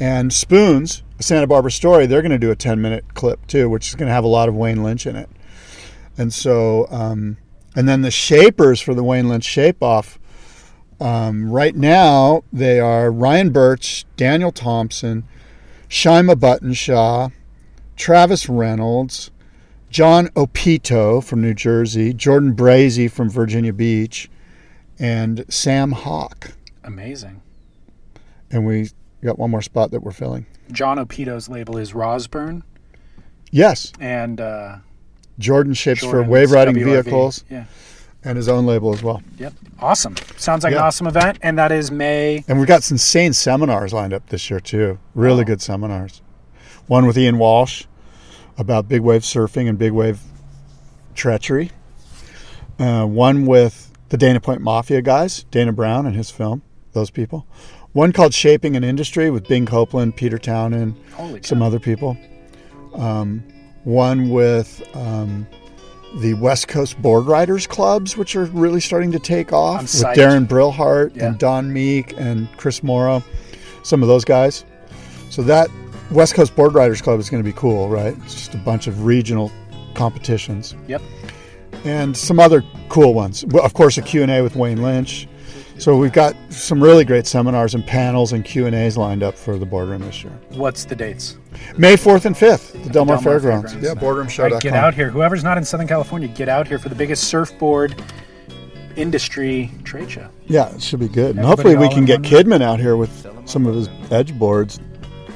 and Spoons, a Santa Barbara story. They're gonna do a 10 minute clip too, which is gonna have a lot of Wayne Lynch in it. And so, um, and then the shapers for the Wayne Lynch Shape Off. Um, right now, they are Ryan Birch, Daniel Thompson, Shima Buttonshaw, Travis Reynolds, John Opito from New Jersey, Jordan Brazy from Virginia Beach, and Sam Hawk. Amazing. And we got one more spot that we're filling. John Opito's label is Rosburn, Yes, and uh, Jordan Shapes for Jordan's Wave Riding WRV. Vehicles Yeah. and his own label as well. Yep. Awesome. Sounds like an Yeah. awesome event. And that is May. And we've got some insane seminars lined up this year too. Really good seminars. One with Ian Walsh about big wave surfing and big wave treachery. Uh, one with the Dana Point Mafia guys, Dana Brown and his film, those people. One called Shaping an Industry with Bing Copeland, Peter Townend, Holy some other people. Um, one with um, the West Coast Board Riders Clubs, which are really starting to take off I'm with psyched. Darren Brillhart Yeah. and Don Meek and Chris Morrow, some of those guys. So that West Coast Board Riders Club is going to be cool, right? It's just a bunch of regional competitions Yep. and some other cool ones. Well, Of course, a Q&A with Wayne Lynch. So we've got some really great seminars and panels and Q&As lined up for the boardroom this year. What's the dates? May 4th and 5th, the Delmar Del Mar Fairgrounds. Yeah, boardroomshow.com. Right, get out here. Whoever's not in Southern California, get out here for the biggest surfboard industry trade show. Yeah, it should be good. And Everybody hopefully we all can in get one Kidman out here with some of his edge boards.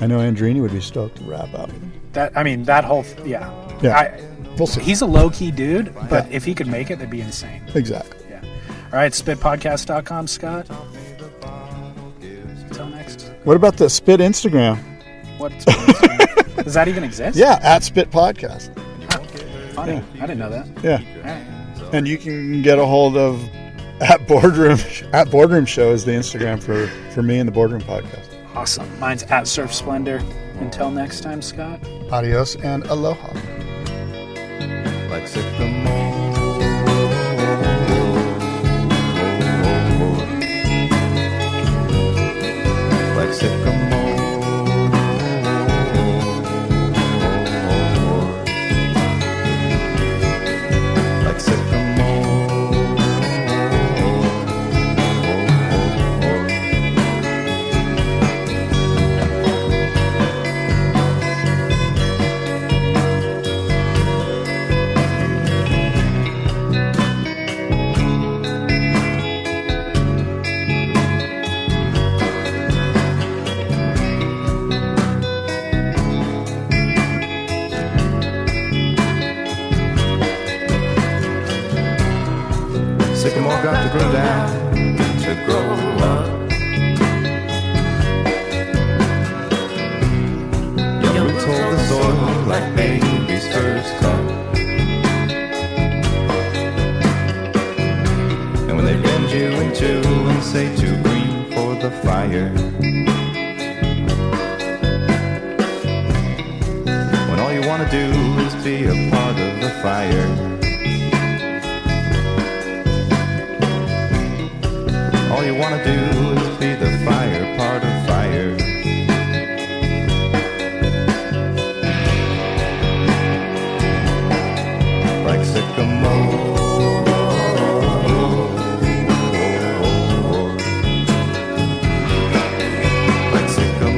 I know Andrini would be stoked to wrap up. That I mean, that whole yeah. Yeah. I, We'll see. He's a low key dude, but if he could make it, that'd be insane. Exactly. All right, spitpodcast.com, Scott. Until next. What about the Spit Instagram? What does that even exist? Yeah, at Spit Podcast. Funny. I didn't know that. Yeah. All right. And you can get a hold of at boardroom at boardroom show is the Instagram for for me and the boardroom podcast. Awesome. Mine's at Surf Splendor. Until next time, Scott. Adios and aloha. Like sycamore, like sycamore, like sycamore. sycamore got to grow down to grow up. Young roots hold the soil like baby's first cup. And when they bend you in two and say too green for the fire. When all you wanna do is be a part of the fire. All you wanna do is be the fire part of fire. Like sycamore. Like sycamore.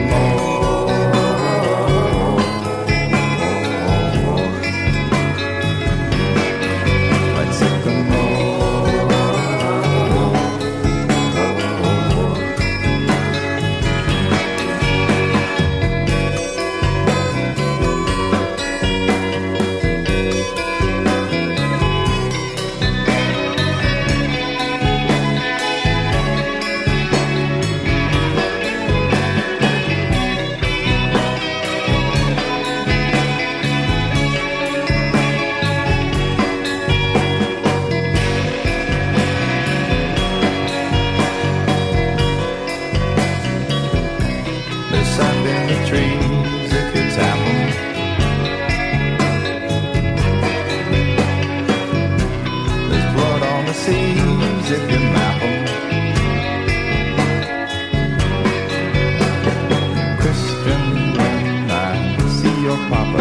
Like sycamore. There's sap in the trees if you tap 'em. There's blood on the seas if you map 'em. Christian, when I see your papa,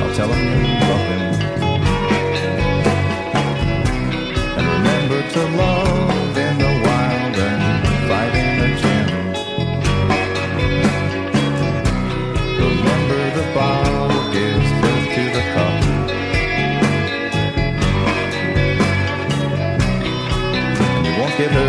I'll tell him you love him. And remember to love in the wild and fight in the gym. Remember the bottle gives birth to the cup. You won't get hurt.